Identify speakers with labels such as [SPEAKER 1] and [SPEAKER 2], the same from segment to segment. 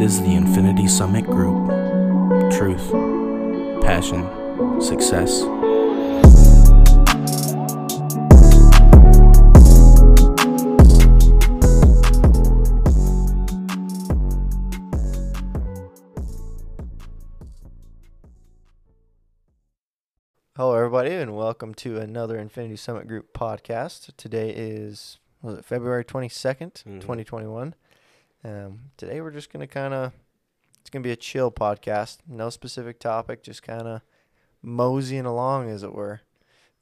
[SPEAKER 1] is the Infinity Summit Group. Truth, passion, success.
[SPEAKER 2] Hello, everybody, and welcome to another Infinity Summit Group podcast. Today is was it February twenty
[SPEAKER 1] Mhm.
[SPEAKER 2] twenty twenty one. Um, today we're just gonna kind of it's gonna be a chill podcast, no specific topic, just kind of moseying along, as it were.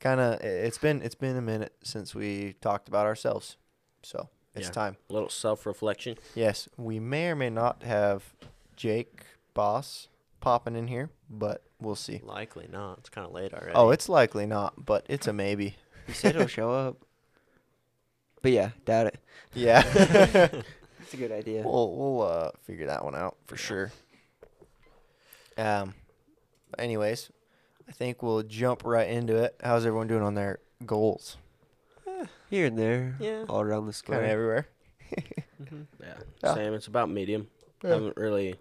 [SPEAKER 2] Kind of, it's been it's been a minute since we talked about ourselves, so it's
[SPEAKER 1] Yeah.
[SPEAKER 2] time.
[SPEAKER 1] A little self reflection.
[SPEAKER 2] Yes, we may or may not have Jake Boss popping in here, but we'll see.
[SPEAKER 1] Likely not. It's kind of late already.
[SPEAKER 2] Oh, it's likely not, but it's a maybe.
[SPEAKER 3] You said it'll show up. But yeah, doubt it.
[SPEAKER 2] Yeah.
[SPEAKER 3] It's a good idea.
[SPEAKER 2] We'll we'll uh, figure that one out for
[SPEAKER 1] Yeah.
[SPEAKER 2] sure. Um. Anyways, I think we'll jump right into it. How's everyone doing on their goals?
[SPEAKER 3] Here and there.
[SPEAKER 1] Yeah.
[SPEAKER 3] All around the
[SPEAKER 2] Kind of
[SPEAKER 3] square.
[SPEAKER 2] everywhere.
[SPEAKER 1] yeah.
[SPEAKER 2] Oh, Yeah.
[SPEAKER 1] Same. It's about medium.
[SPEAKER 2] Yeah.
[SPEAKER 1] Haven't really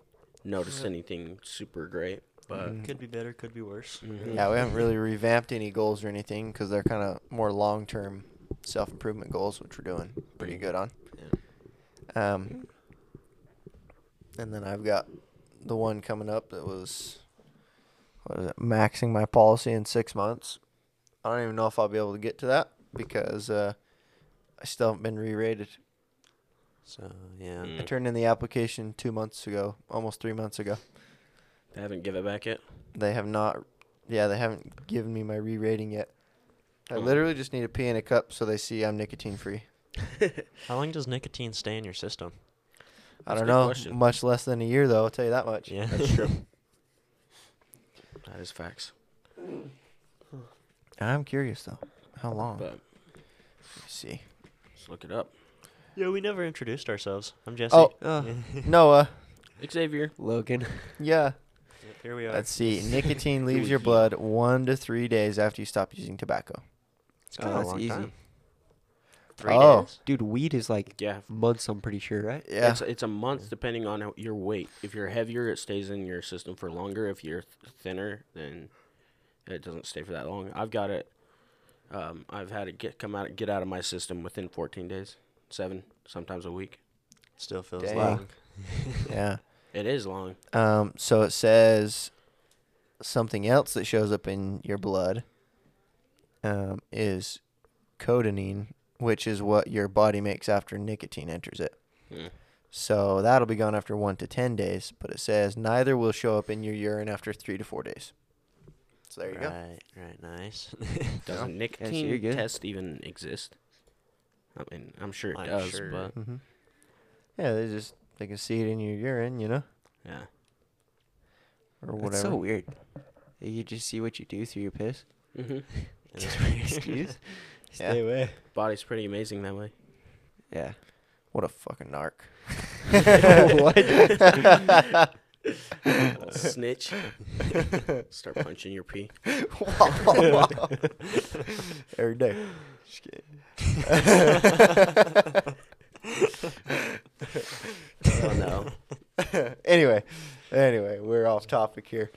[SPEAKER 1] noticed anything super great, but
[SPEAKER 2] Mm.
[SPEAKER 4] Could be better, could be worse.
[SPEAKER 3] Mm-hmm.
[SPEAKER 1] Mhm.
[SPEAKER 2] Yeah, we haven't really revamped any goals or anything because they're kind of more long-term self-improvement goals, which we're doing pretty good on. Um. And then I've got the one coming up that was what is it? Maxing my policy in six months. I don't even know if I'll be able to get to that because uh, I still haven't been re-rated.
[SPEAKER 4] So yeah.
[SPEAKER 2] I
[SPEAKER 1] Mm.
[SPEAKER 2] turned in the application two months ago, almost three months ago.
[SPEAKER 1] They haven't given it back yet.
[SPEAKER 2] They have not, yeah, they haven't given me my re-rating yet. I
[SPEAKER 1] Mm.
[SPEAKER 2] literally just need a pee in a cup so they see I'm nicotine free.
[SPEAKER 4] How long does nicotine stay in your system?
[SPEAKER 2] I
[SPEAKER 1] That's
[SPEAKER 2] don't
[SPEAKER 1] a good
[SPEAKER 2] know,
[SPEAKER 1] question.
[SPEAKER 2] much less than a year though. I'll tell you that much.
[SPEAKER 4] Yeah.
[SPEAKER 1] That's true. that is facts.
[SPEAKER 2] I'm curious though, how long?
[SPEAKER 1] But
[SPEAKER 2] Let me see.
[SPEAKER 1] let's look it up.
[SPEAKER 4] yeah, we never introduced ourselves. I'm Jesse.
[SPEAKER 2] Oh,
[SPEAKER 3] Oh,
[SPEAKER 2] Noah.
[SPEAKER 1] Xavier.
[SPEAKER 3] Logan.
[SPEAKER 2] Yeah.
[SPEAKER 4] Yep, here we are.
[SPEAKER 2] Let's see. Nicotine leaves
[SPEAKER 1] Ooh,
[SPEAKER 2] your
[SPEAKER 1] yeah.
[SPEAKER 2] blood one to three days after you stop using tobacco.
[SPEAKER 4] it's
[SPEAKER 3] Oh, that's easy.
[SPEAKER 4] Three
[SPEAKER 2] Oh.
[SPEAKER 4] days?
[SPEAKER 3] Dude, weed is like
[SPEAKER 1] Yeah.
[SPEAKER 3] months, I'm pretty sure, right?
[SPEAKER 2] Yeah.
[SPEAKER 1] It's, it's a month depending on how- your weight. If you're heavier, it stays in your system for longer. If you're th- thinner, then it doesn't stay for that long. I've got it. Um, I've had it get come out get out of my system within 14 days, seven sometimes a week.
[SPEAKER 4] Still feels
[SPEAKER 2] Dang.
[SPEAKER 4] long.
[SPEAKER 2] yeah.
[SPEAKER 1] It is long.
[SPEAKER 2] Um, so it says something else that shows up in your blood um, is codeine, which is what your body makes after nicotine enters it.
[SPEAKER 1] Hmm.
[SPEAKER 2] So that'll be gone after one to 10 days, but it says neither will show up in your urine after three to four days. So there you go.
[SPEAKER 4] right, right, nice.
[SPEAKER 1] Doesn't
[SPEAKER 3] you're
[SPEAKER 1] nicotine
[SPEAKER 3] good.
[SPEAKER 1] test even exist? I mean, I'm sure it
[SPEAKER 4] I'm
[SPEAKER 1] does,
[SPEAKER 4] sure.
[SPEAKER 1] but
[SPEAKER 2] hmm Yeah, they just, they can see it in your urine, you know,
[SPEAKER 1] yeah,
[SPEAKER 2] or whatever.
[SPEAKER 3] That's so weird. You just see what you do through your piss.
[SPEAKER 1] hmm
[SPEAKER 4] It is weird.
[SPEAKER 3] Excuse?
[SPEAKER 2] Yeah.
[SPEAKER 3] away.
[SPEAKER 1] body's pretty amazing that way.
[SPEAKER 3] Yeah.
[SPEAKER 2] What a fucking narc.
[SPEAKER 1] Snitch. Start punching your pee.
[SPEAKER 2] Every day.
[SPEAKER 1] Oh no.
[SPEAKER 2] anyway, anyway, we're off topic here.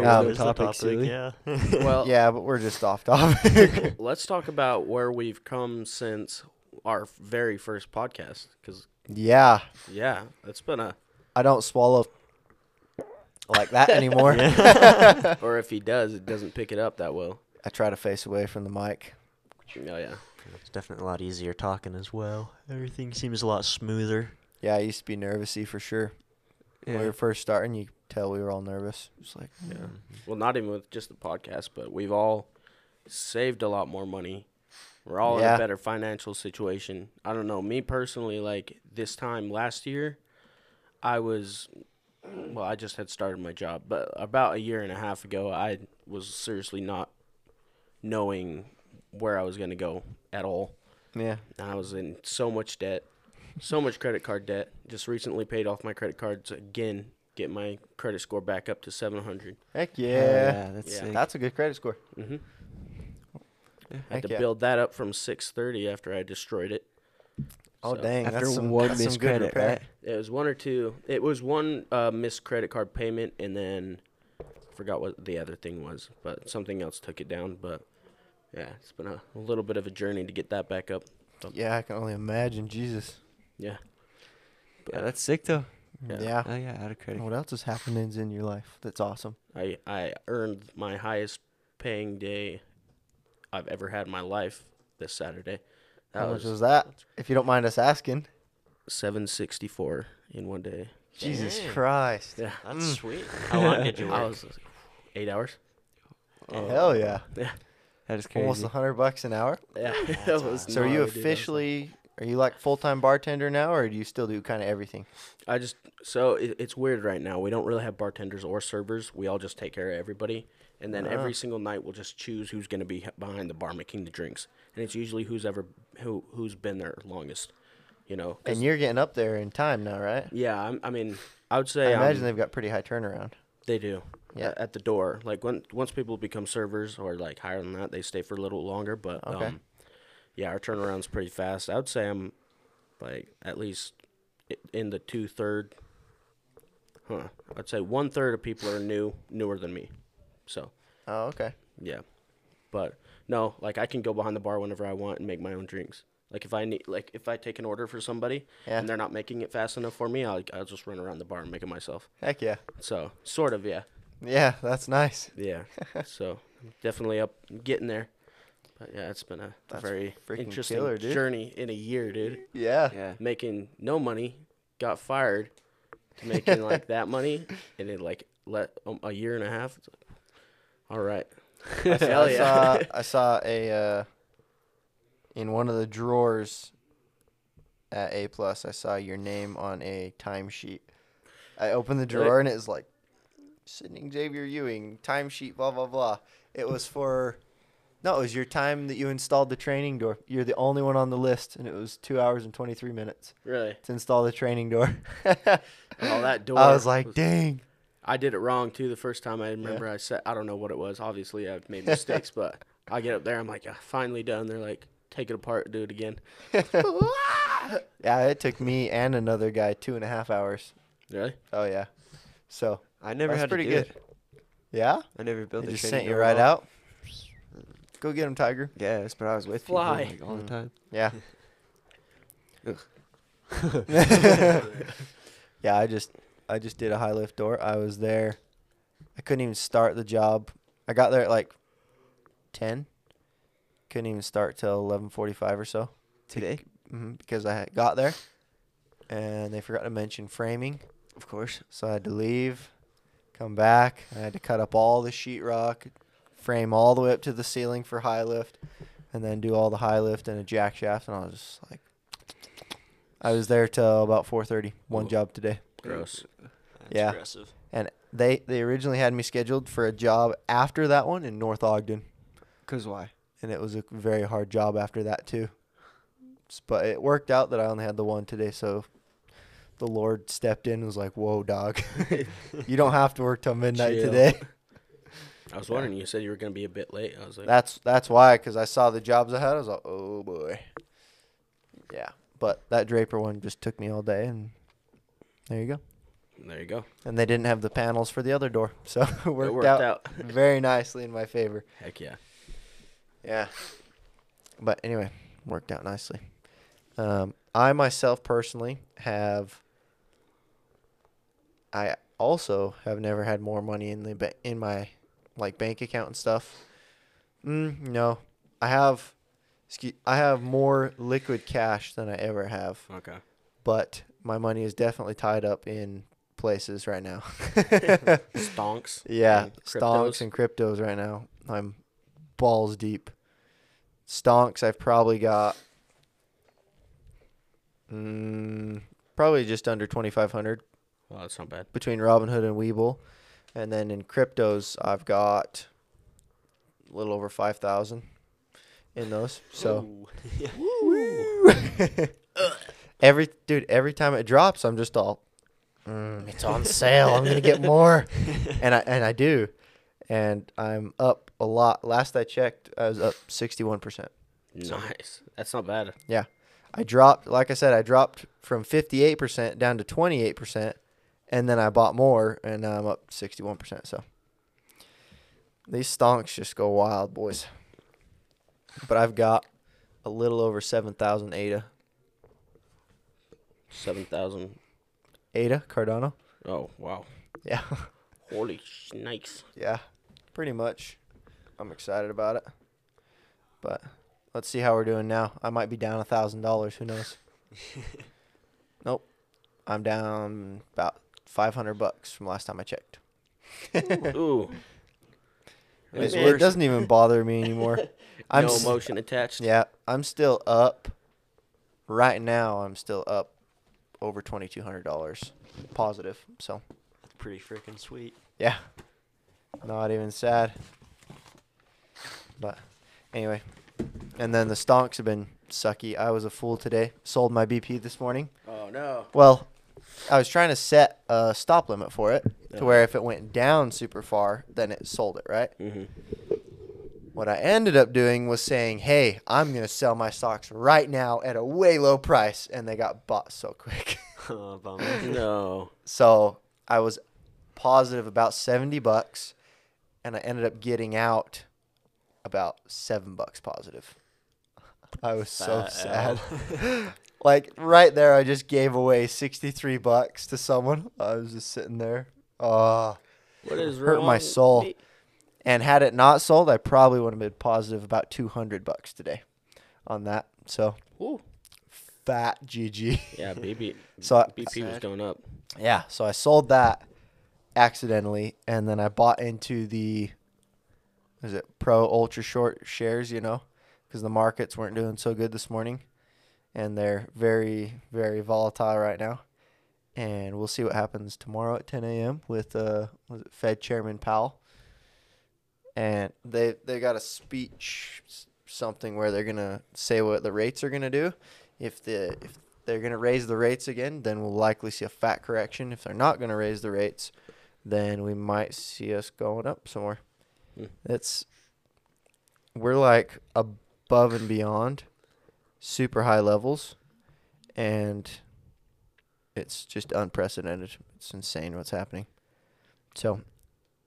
[SPEAKER 2] Oh,
[SPEAKER 4] Well,
[SPEAKER 2] Yeah,
[SPEAKER 4] what
[SPEAKER 2] the
[SPEAKER 4] is the
[SPEAKER 3] topic,
[SPEAKER 4] topic,
[SPEAKER 3] silly.
[SPEAKER 4] yeah.
[SPEAKER 1] Well,
[SPEAKER 2] Yeah, but we're just off topic.
[SPEAKER 1] let's talk about where we've come since our very first podcast. Because
[SPEAKER 2] yeah,
[SPEAKER 1] yeah, it's been a.
[SPEAKER 2] I don't swallow like that anymore.
[SPEAKER 1] Or if he does, it doesn't pick it up that well.
[SPEAKER 2] I try to face away from the mic.
[SPEAKER 1] Oh yeah.
[SPEAKER 4] it's definitely a lot easier talking as well. Everything seems a lot smoother.
[SPEAKER 2] Yeah, I used to be nervousy for sure. When we
[SPEAKER 3] Yeah.
[SPEAKER 2] were first starting, you could tell we were all nervous. It's like,
[SPEAKER 1] Yeah. Well, not even with just the podcast, but we've all saved a lot more money. We're all in
[SPEAKER 2] Yeah.
[SPEAKER 1] a better financial situation. I don't know. Me personally, like this time last year, I was, well, I just had started my job, but about a year and a half ago, I was seriously not knowing where I was going to go at all.
[SPEAKER 2] yeah,
[SPEAKER 1] And I was in so much debt, so much credit card debt. Just recently paid off my credit cards again, get my credit score back up to 700.
[SPEAKER 2] heck yeah.
[SPEAKER 3] Hell yeah, that's
[SPEAKER 1] Yeah.
[SPEAKER 3] sick.
[SPEAKER 2] That's a good credit score.
[SPEAKER 1] Mm-hmm.
[SPEAKER 3] Yeah.
[SPEAKER 1] Had
[SPEAKER 2] Heck
[SPEAKER 1] to
[SPEAKER 2] yeah.
[SPEAKER 1] build that up from 6:30 after I destroyed it.
[SPEAKER 2] Oh
[SPEAKER 1] So,
[SPEAKER 2] dang!
[SPEAKER 3] After
[SPEAKER 2] that's some,
[SPEAKER 3] one
[SPEAKER 2] that's some
[SPEAKER 3] missed
[SPEAKER 2] good
[SPEAKER 3] credit,
[SPEAKER 2] repair.
[SPEAKER 3] right?
[SPEAKER 1] It was one or two. It was one uh, missed credit card payment, and then I forgot what the other thing was, but something else took it down. But yeah, it's been a, a little bit of a journey to get that back up.
[SPEAKER 2] Yeah, I can only imagine. Jesus.
[SPEAKER 1] Yeah.
[SPEAKER 3] Yeah, that's sick though.
[SPEAKER 1] Yeah.
[SPEAKER 2] Yeah.
[SPEAKER 3] Oh yeah, out of credit.
[SPEAKER 2] What else is happening in your life that's awesome?
[SPEAKER 1] I I earned my highest paying day I've ever had in my life this Saturday. That
[SPEAKER 2] How much
[SPEAKER 1] was,
[SPEAKER 2] was that? If you don't mind us asking.
[SPEAKER 1] seven sixty four in one day.
[SPEAKER 2] Jesus
[SPEAKER 4] Dang.
[SPEAKER 2] Christ. Mm.
[SPEAKER 1] Yeah. Mm.
[SPEAKER 4] That's sweet. How long did you
[SPEAKER 1] I
[SPEAKER 4] work?
[SPEAKER 1] was eight hours.
[SPEAKER 2] Oh. Hell yeah.
[SPEAKER 3] That is crazy.
[SPEAKER 2] Almost a hundred bucks an hour.
[SPEAKER 1] Yeah. that
[SPEAKER 4] That's
[SPEAKER 1] was
[SPEAKER 4] awesome.
[SPEAKER 2] So are you
[SPEAKER 1] gnarly, dude. I was like-
[SPEAKER 2] officially? Are you like full time bartender now, or do you still do kind of everything?
[SPEAKER 1] I just so it, it's weird right now. We don't really have bartenders or servers. We all just take care of everybody, and
[SPEAKER 2] Ah.
[SPEAKER 1] then every single night we'll just choose who's going to be h- behind the bar making the drinks, and it's usually who's ever who who's been there longest, you know. 'cause-
[SPEAKER 2] And you're getting up there in time now, right?
[SPEAKER 1] yeah, I'm, I mean, I would
[SPEAKER 2] I
[SPEAKER 1] say I'm-
[SPEAKER 2] imagine they've got pretty high turnaround.
[SPEAKER 1] they do.
[SPEAKER 2] Yeah.
[SPEAKER 1] Yeah, at the door. Like when once people become servers or like higher than that, they stay for a little longer. But
[SPEAKER 2] Okay.
[SPEAKER 1] um, yeah, our turnaround's pretty fast. I would say I'm like at least i- in the two third. Huh. I'd say one third of people are new, newer than me. So
[SPEAKER 2] Oh, okay.
[SPEAKER 1] yeah, but no, like I can go behind the bar whenever I want and make my own drinks. Like if I need, like if I take an order for somebody
[SPEAKER 2] Yeah.
[SPEAKER 1] and they're not making it fast enough for me, I'll, I'll just run around the bar and make it myself.
[SPEAKER 2] Heck yeah.
[SPEAKER 1] So sort of, yeah.
[SPEAKER 2] Yeah, that's nice.
[SPEAKER 1] Yeah. so I'm definitely up getting there. But yeah, it's been a
[SPEAKER 2] That's
[SPEAKER 1] very
[SPEAKER 2] freaking
[SPEAKER 1] interesting
[SPEAKER 2] killer, dude.
[SPEAKER 1] journey in a year, dude.
[SPEAKER 2] Yeah.
[SPEAKER 3] Yeah.
[SPEAKER 1] Making no money, got fired to making like that money and then like let um, a year and a half. It's like, all right. Hell
[SPEAKER 2] I
[SPEAKER 1] yeah.
[SPEAKER 2] saw I saw a uh, in one of the drawers at A plus. I saw your name on a timesheet. I opened the
[SPEAKER 1] Really?
[SPEAKER 2] drawer and it was like Sydney Xavier Ewing timesheet. Blah blah blah. It was for no, it was your time that you installed the training door. You're the only one on the list, and it was two hours and twenty three minutes
[SPEAKER 1] really.
[SPEAKER 2] to install the training door.
[SPEAKER 1] Oh, that door.
[SPEAKER 2] I was like, dang.
[SPEAKER 1] I did it wrong too the first time. I remember I said, I don't know what it was. Obviously, I've made mistakes, but I get up there. I'm like, "Ah, finally done. They're like, take it apart, do it again.
[SPEAKER 2] Yeah, it took me and another guy two and a half hours.
[SPEAKER 1] Really?
[SPEAKER 2] Oh yeah. So
[SPEAKER 3] I never
[SPEAKER 2] That's
[SPEAKER 3] had
[SPEAKER 2] pretty
[SPEAKER 3] to do
[SPEAKER 2] good.
[SPEAKER 3] it.
[SPEAKER 2] yeah,
[SPEAKER 3] I never built.
[SPEAKER 2] they
[SPEAKER 3] a
[SPEAKER 2] just
[SPEAKER 3] training
[SPEAKER 2] sent you
[SPEAKER 3] door
[SPEAKER 2] right
[SPEAKER 3] wall.
[SPEAKER 2] out. Go get him, Tiger.
[SPEAKER 3] Yes, but I was with
[SPEAKER 1] Fly.
[SPEAKER 3] people like, all the time.
[SPEAKER 2] Yeah.
[SPEAKER 3] Ugh.
[SPEAKER 2] yeah, I just I just did a high lift door. I was there. I couldn't even start the job. I got there at like ten. Couldn't even start till eleven forty-five or so.
[SPEAKER 3] Today,
[SPEAKER 2] hmm because I had got there, and they forgot to mention framing.
[SPEAKER 3] of course.
[SPEAKER 2] So I had to leave, come back. I had to cut up all the sheetrock, frame all the way up to the ceiling for high lift, and then do all the high lift and a jack shaft. And I was just like, I was there till about 4:30. One
[SPEAKER 4] Whoa.
[SPEAKER 2] job today.
[SPEAKER 1] Gross.
[SPEAKER 4] That's
[SPEAKER 2] Yeah.
[SPEAKER 4] aggressive.
[SPEAKER 2] And they they originally had me scheduled for a job after that one in North Ogden,
[SPEAKER 3] Cause why?
[SPEAKER 2] and it was a very hard job after that too. S- But it worked out that I only had the one today, so the Lord stepped in and was like, "Whoa, dog, you don't have to work till midnight
[SPEAKER 1] Chill.
[SPEAKER 2] today."
[SPEAKER 1] I was wondering. You said you were gonna be a bit late. I was like,
[SPEAKER 2] That's that's why, because I saw the jobs I had. I was like, oh boy. Yeah, but that Draper one just took me all day, and there you go.
[SPEAKER 1] there you go.
[SPEAKER 2] And they didn't have the panels for the other door, so it worked,
[SPEAKER 1] it worked
[SPEAKER 2] out,
[SPEAKER 1] out.
[SPEAKER 2] very nicely in my favor.
[SPEAKER 1] Heck yeah.
[SPEAKER 2] Yeah. But anyway, worked out nicely. Um, I myself personally have. I also have never had more money in the ba- in my like bank account and stuff. Mm, no, I have. Excuse, I have more liquid cash than I ever have,
[SPEAKER 1] Okay.
[SPEAKER 2] but my money is definitely tied up in places right now.
[SPEAKER 1] Stonks.
[SPEAKER 2] Yeah,
[SPEAKER 1] and
[SPEAKER 2] stonks
[SPEAKER 1] cryptos.
[SPEAKER 2] and cryptos right now. I'm balls deep. Stonks, I've probably got mm, probably just under 2,500
[SPEAKER 1] Well, that's not bad.
[SPEAKER 2] between Robinhood and Weeble. And then in cryptos, I've got a little over 5,000 in those. So
[SPEAKER 4] Ooh. Yeah.
[SPEAKER 2] every dude, every time it drops, I'm just all, "Mm, it's on sale. I'm gonna get more, and I and I do, and I'm up a lot. Last I checked, I was up 61 percent.
[SPEAKER 1] Nice. That's not bad.
[SPEAKER 2] Yeah, I dropped, like I said, I dropped from 58% down to 28%, and then I bought more, and now I'm up 61%. So these stonks just go wild, boys. But I've got a little over 7,000 ADA.
[SPEAKER 1] Seven thousand.
[SPEAKER 2] ADA, Cardano?
[SPEAKER 1] Oh wow!
[SPEAKER 2] Yeah.
[SPEAKER 1] Holy snakes!
[SPEAKER 2] yeah. Pretty much. I'm excited about it. But let's see how we're doing now. I might be down $1,000. Who knows? nope. I'm down about 500 bucks from last time I checked.
[SPEAKER 1] Ooh. Hey,
[SPEAKER 2] It's-
[SPEAKER 1] man,
[SPEAKER 2] it doesn't even bother me anymore. I'm
[SPEAKER 1] no
[SPEAKER 2] s-
[SPEAKER 1] emotion attached.
[SPEAKER 2] Yeah, I'm still up. Right now, I'm still up over twenty two hundred dollars positive. So
[SPEAKER 4] That's pretty freaking sweet.
[SPEAKER 2] yeah, not even sad. But anyway, and then the stonks have been sucky. I was a fool today. Sold my BP this morning.
[SPEAKER 1] Oh no.
[SPEAKER 2] Well, I was trying to set a stop limit for it to where if it went down super far, then it sold it, right?
[SPEAKER 1] Mm-hmm.
[SPEAKER 2] What I ended up doing was saying, "Hey, I'm gonna sell my stocks right now at a way low price," and they got bought so quick.
[SPEAKER 4] oh, bummer.
[SPEAKER 1] No.
[SPEAKER 2] so I was positive about seventy bucks, and I ended up getting out about seven bucks positive. I was so
[SPEAKER 4] Fat
[SPEAKER 2] sad.
[SPEAKER 4] L.
[SPEAKER 2] like right there, I just gave away sixty three bucks to someone. I was just sitting there. Ah.
[SPEAKER 1] What is
[SPEAKER 2] Hurt my
[SPEAKER 1] wrong
[SPEAKER 2] soul.
[SPEAKER 1] with me?
[SPEAKER 2] And had it not sold, I probably would have been positive about 200 bucks today on that. So
[SPEAKER 1] Ooh.
[SPEAKER 2] fat GG.
[SPEAKER 1] Yeah, BB.
[SPEAKER 2] So I,
[SPEAKER 1] BP was going up.
[SPEAKER 2] yeah, so I sold that accidentally and then I bought into the is it pro ultra short shares, you know, cuz the markets weren't doing so good this morning and they're very very volatile right now. And we'll see what happens tomorrow at 10 a.m. with uh was it Fed Chairman Powell. And they they got a speech s- something where they're going to say what the rates are going to do. If the if they're going to raise the rates again, then we'll likely see a fat correction. If they're not going to raise the rates, then we might see us going up somewhere.
[SPEAKER 1] Hmm.
[SPEAKER 2] It's we're like above and beyond super high levels and it's just unprecedented. It's insane what's happening. So,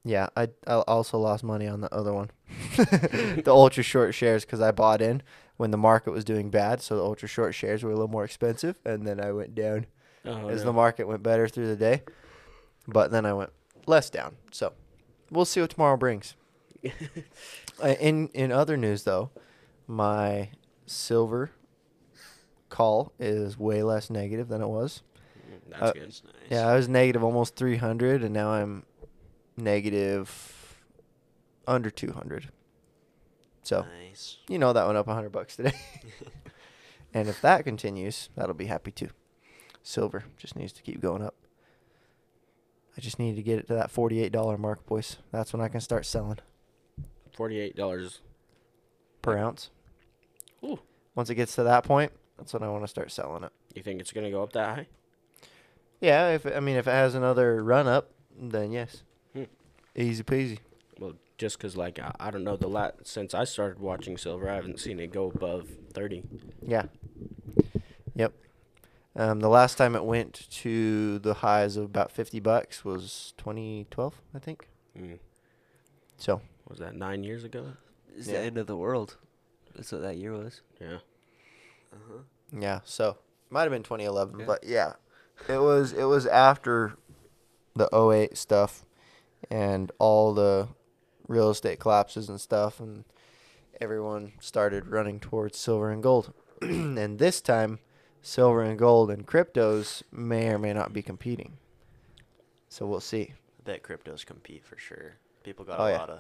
[SPEAKER 2] yeah, I, I also lost money on the other one. the ultra short shares cuz I bought in when the market was doing bad, so the ultra short shares were a little more expensive, and then I went down
[SPEAKER 1] Oh,
[SPEAKER 2] as
[SPEAKER 1] no.
[SPEAKER 2] the market went better through the day, but then I went less down. So we'll see what tomorrow brings. Uh, in in other news, though, my silver call is way less negative than it was.
[SPEAKER 1] Mm, That's
[SPEAKER 2] uh,
[SPEAKER 1] good.
[SPEAKER 4] That's nice.
[SPEAKER 2] Yeah, I was negative almost 300, and now I'm negative under 200. So
[SPEAKER 4] Nice.
[SPEAKER 2] you know that went up 100 bucks today. and if that continues, that'll be happy too. Silver just needs to keep going up. I just need to get it to that $48 mark, boys. That's when I can start selling
[SPEAKER 1] Forty-eight dollars.
[SPEAKER 2] per ounce.
[SPEAKER 1] Ooh.
[SPEAKER 2] Once it gets to that point, that's when I want to start selling it.
[SPEAKER 1] You think it's gonna go up that high?
[SPEAKER 2] Yeah, if I mean if it has another run up, then yes.
[SPEAKER 1] Hmm.
[SPEAKER 2] Easy peasy.
[SPEAKER 1] Well, just 'cause like I, I don't know the lat since I started watching silver, I haven't seen it go above thirty.
[SPEAKER 2] Yeah. Yep. Um, the last time it went to the highs of about 50 bucks was 2012, I think.
[SPEAKER 1] Mm.
[SPEAKER 2] So,
[SPEAKER 1] Was that nine years ago?
[SPEAKER 3] It's
[SPEAKER 2] Yeah.
[SPEAKER 3] the end of the world. That's what that year was.
[SPEAKER 1] Yeah.
[SPEAKER 4] Uh-huh.
[SPEAKER 2] Yeah, so might have been 2011,
[SPEAKER 3] Yeah.
[SPEAKER 2] but yeah, it was it was after the 08 stuff and all the real estate collapses and stuff, and everyone started running towards silver and gold. and this time, silver and gold and cryptos may or may not be competing. So we'll see.
[SPEAKER 4] I bet cryptos compete for sure. People got
[SPEAKER 2] Oh,
[SPEAKER 4] a
[SPEAKER 2] yeah.
[SPEAKER 4] lot of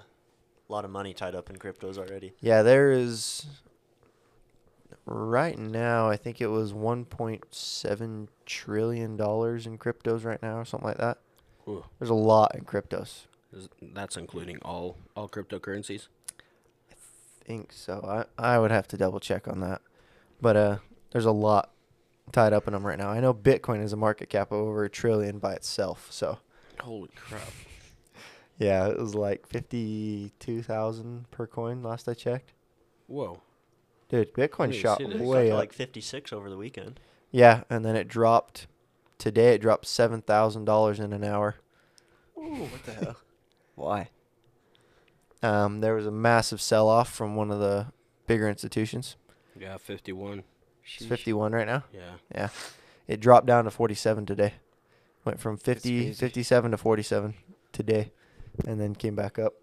[SPEAKER 4] lot of money tied up in cryptos already.
[SPEAKER 2] Yeah, there is right now. I think it was 1.7 trillion dollars in cryptos right now, or something like that.
[SPEAKER 1] Ooh,
[SPEAKER 2] There's a lot in cryptos.
[SPEAKER 1] is- that's including all all cryptocurrencies.
[SPEAKER 2] think so. I, I would have to double check on that. But uh, there's a lot tied up in them right now. I know Bitcoin is a market cap of over a trillion by itself. So
[SPEAKER 1] Holy crap!
[SPEAKER 2] yeah, it was like fifty-two thousand per coin last I checked.
[SPEAKER 1] Whoa.
[SPEAKER 2] Dude, Bitcoin
[SPEAKER 1] Dude,
[SPEAKER 2] shot
[SPEAKER 1] see this?
[SPEAKER 2] way up.
[SPEAKER 4] like 56 over the weekend.
[SPEAKER 2] yeah, and then it dropped. Today it dropped seven thousand dollars in an hour.
[SPEAKER 4] what the hell?
[SPEAKER 3] Why?
[SPEAKER 2] Um, there was a massive sell-off from one of the bigger institutions.
[SPEAKER 1] Yeah, 51.
[SPEAKER 2] It's fifty-one right now.
[SPEAKER 1] Yeah.
[SPEAKER 2] Yeah, it dropped down to forty-seven today. Went from 50,
[SPEAKER 3] crazy.
[SPEAKER 2] 57 to forty-seven today, and then came back up.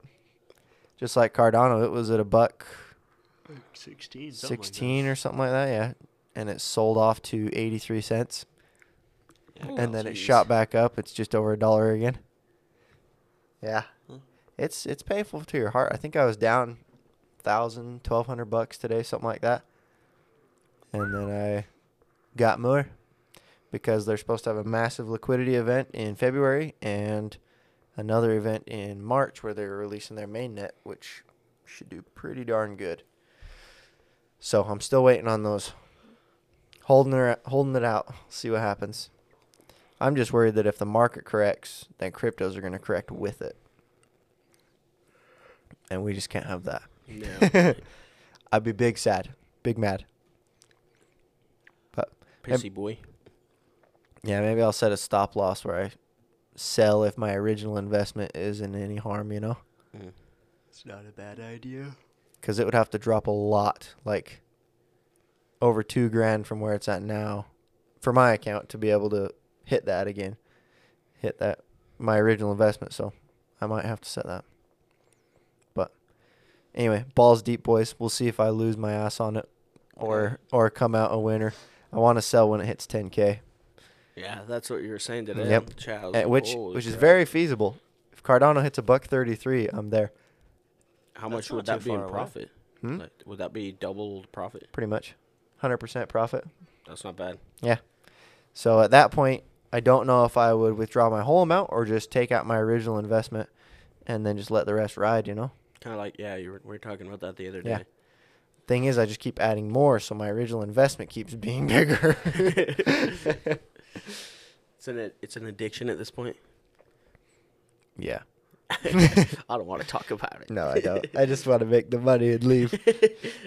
[SPEAKER 2] Just like Cardano, it was at a buck
[SPEAKER 4] 16.
[SPEAKER 1] oh
[SPEAKER 4] something like that.
[SPEAKER 2] sixteen or something like that. Yeah, and it sold off to eighty-three cents,
[SPEAKER 4] Yeah,
[SPEAKER 2] and then it
[SPEAKER 1] jeez.
[SPEAKER 2] shot back up. It's just over a dollar again. Yeah,
[SPEAKER 4] Hmm.
[SPEAKER 2] it's it's painful to your heart. I think I was down thousand, twelve hundred bucks today, something like that, and then I got more because they're supposed to have a massive liquidity event in February and another event in March where they're releasing their mainnet, which should do pretty darn good. So I'm still waiting on those. Holding her, holding it out. See what happens. I'm just worried that if the market corrects, then cryptos are going to correct with it, and we just can't have that.
[SPEAKER 1] Yeah.
[SPEAKER 2] I'd be big sad, big mad. But
[SPEAKER 1] Pissy boy.
[SPEAKER 2] yeah, maybe I'll set a stop loss where I sell if my original investment is in any harm, you know?
[SPEAKER 1] Mm.
[SPEAKER 4] It's not a bad idea.
[SPEAKER 2] Because it would have to drop a lot, like over two grand from where it's at now, for my account to be able to hit that again, hit that my original investment. So I might have to set that. But anyway, balls deep, boys. We'll see if I lose my ass on it, or or come out a winner. I want to sell when it hits 10k.
[SPEAKER 1] Yeah, that's what you were saying today.
[SPEAKER 2] Yep.
[SPEAKER 1] on the chat. I was
[SPEAKER 2] Eh,
[SPEAKER 1] like,
[SPEAKER 2] which
[SPEAKER 1] "Holy
[SPEAKER 2] which is
[SPEAKER 1] crap."
[SPEAKER 2] very feasible. If Cardano hits a buck thirty three, I'm there
[SPEAKER 1] How much
[SPEAKER 4] That's not
[SPEAKER 1] would that
[SPEAKER 4] too
[SPEAKER 1] be in
[SPEAKER 4] far away.
[SPEAKER 1] profit?
[SPEAKER 2] Hmm?
[SPEAKER 1] Like, would that be double the profit?
[SPEAKER 2] pretty much, hundred percent profit.
[SPEAKER 1] That's not bad.
[SPEAKER 2] Yeah. So at that point, I don't know if I would withdraw my whole amount or just take out my original investment and then just let the rest ride. You know.
[SPEAKER 1] Kind of like yeah, you were, we were talking about that the other
[SPEAKER 2] Yeah.
[SPEAKER 1] day.
[SPEAKER 2] Thing is, I just keep adding more, so my original investment keeps being bigger.
[SPEAKER 1] It's an it's an addiction at this point.
[SPEAKER 2] yeah.
[SPEAKER 1] I don't want to talk about it.
[SPEAKER 2] No, I don't. I just want to make the money and leave.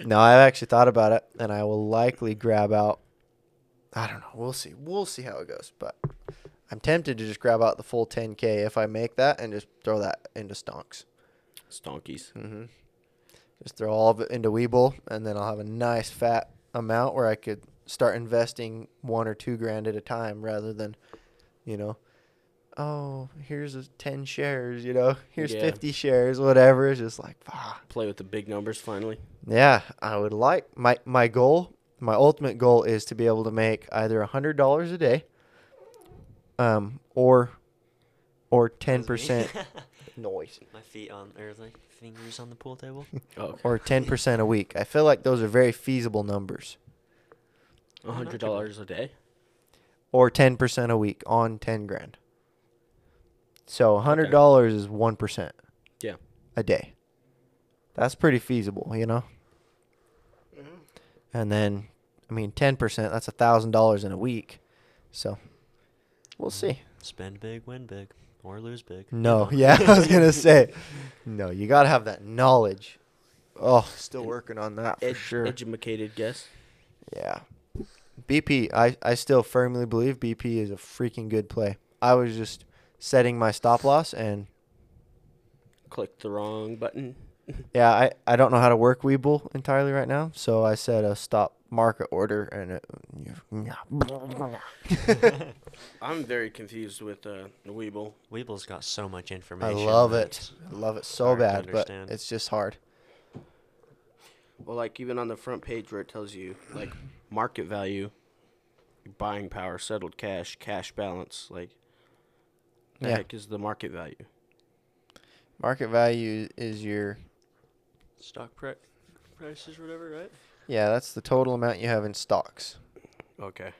[SPEAKER 2] no, I've actually thought about it, and I will likely grab out. I don't know. We'll see. We'll see how it goes. But I'm tempted to just grab out the full 10k if I make that, and just throw that into stonks.
[SPEAKER 1] Stonkies.
[SPEAKER 2] Mm-hmm. Just throw all of it into Weeble, and then I'll have a nice fat amount where I could start investing one or two grand at a time rather than, you know, oh, here's a 10 shares, you know, here's
[SPEAKER 1] Yeah.
[SPEAKER 2] 50 shares, whatever. It's just like, ah.
[SPEAKER 1] Play with the big numbers finally.
[SPEAKER 2] Yeah, I would like my my goal, my ultimate goal is to be able to make either a hundred dollars a day, um, or, or ten percent noise,
[SPEAKER 4] My feet on, or like fingers on the pool table.
[SPEAKER 1] Oh,
[SPEAKER 2] or ten percent a week. I feel like those are very feasible numbers.
[SPEAKER 1] a hundred dollars a day.
[SPEAKER 2] or 10% a week on 10 grand. So $100 is 1%
[SPEAKER 1] Yeah.
[SPEAKER 2] a day. That's pretty feasible, you know? And then, I mean, 10%, that's $1,000 in a week. So we'll see.
[SPEAKER 4] Mm-hmm. Spend big, win big, or lose big. you
[SPEAKER 2] No,
[SPEAKER 4] know.
[SPEAKER 2] yeah, I was going to say, no, you got to have that knowledge. Oh, still working on that for
[SPEAKER 1] Ed-
[SPEAKER 2] sure.
[SPEAKER 1] Educated guess.
[SPEAKER 2] Yeah. BP, I, I still firmly believe BP is a freaking good play. I was just setting my stop loss and
[SPEAKER 1] Clicked the wrong button.
[SPEAKER 2] yeah, I, I don't know how to work Weeble entirely right now, so I set a stop market order and it,
[SPEAKER 1] I'm very confused with uh, the Weeble.
[SPEAKER 4] Weeble's got so much
[SPEAKER 2] I
[SPEAKER 4] information.
[SPEAKER 2] love
[SPEAKER 4] that
[SPEAKER 2] it.
[SPEAKER 4] it's-
[SPEAKER 2] I love it so
[SPEAKER 4] hard to
[SPEAKER 2] bad, but
[SPEAKER 4] understand.
[SPEAKER 2] it's just hard.
[SPEAKER 1] Well, like even on the front page where it tells you like market value, buying power, settled cash, cash balance, like the
[SPEAKER 2] Yeah.
[SPEAKER 1] heck is the market value?
[SPEAKER 2] Market value is your
[SPEAKER 4] Stock pre- prices, whatever, right?
[SPEAKER 2] yeah, that's the total amount you have in stocks
[SPEAKER 1] Okay.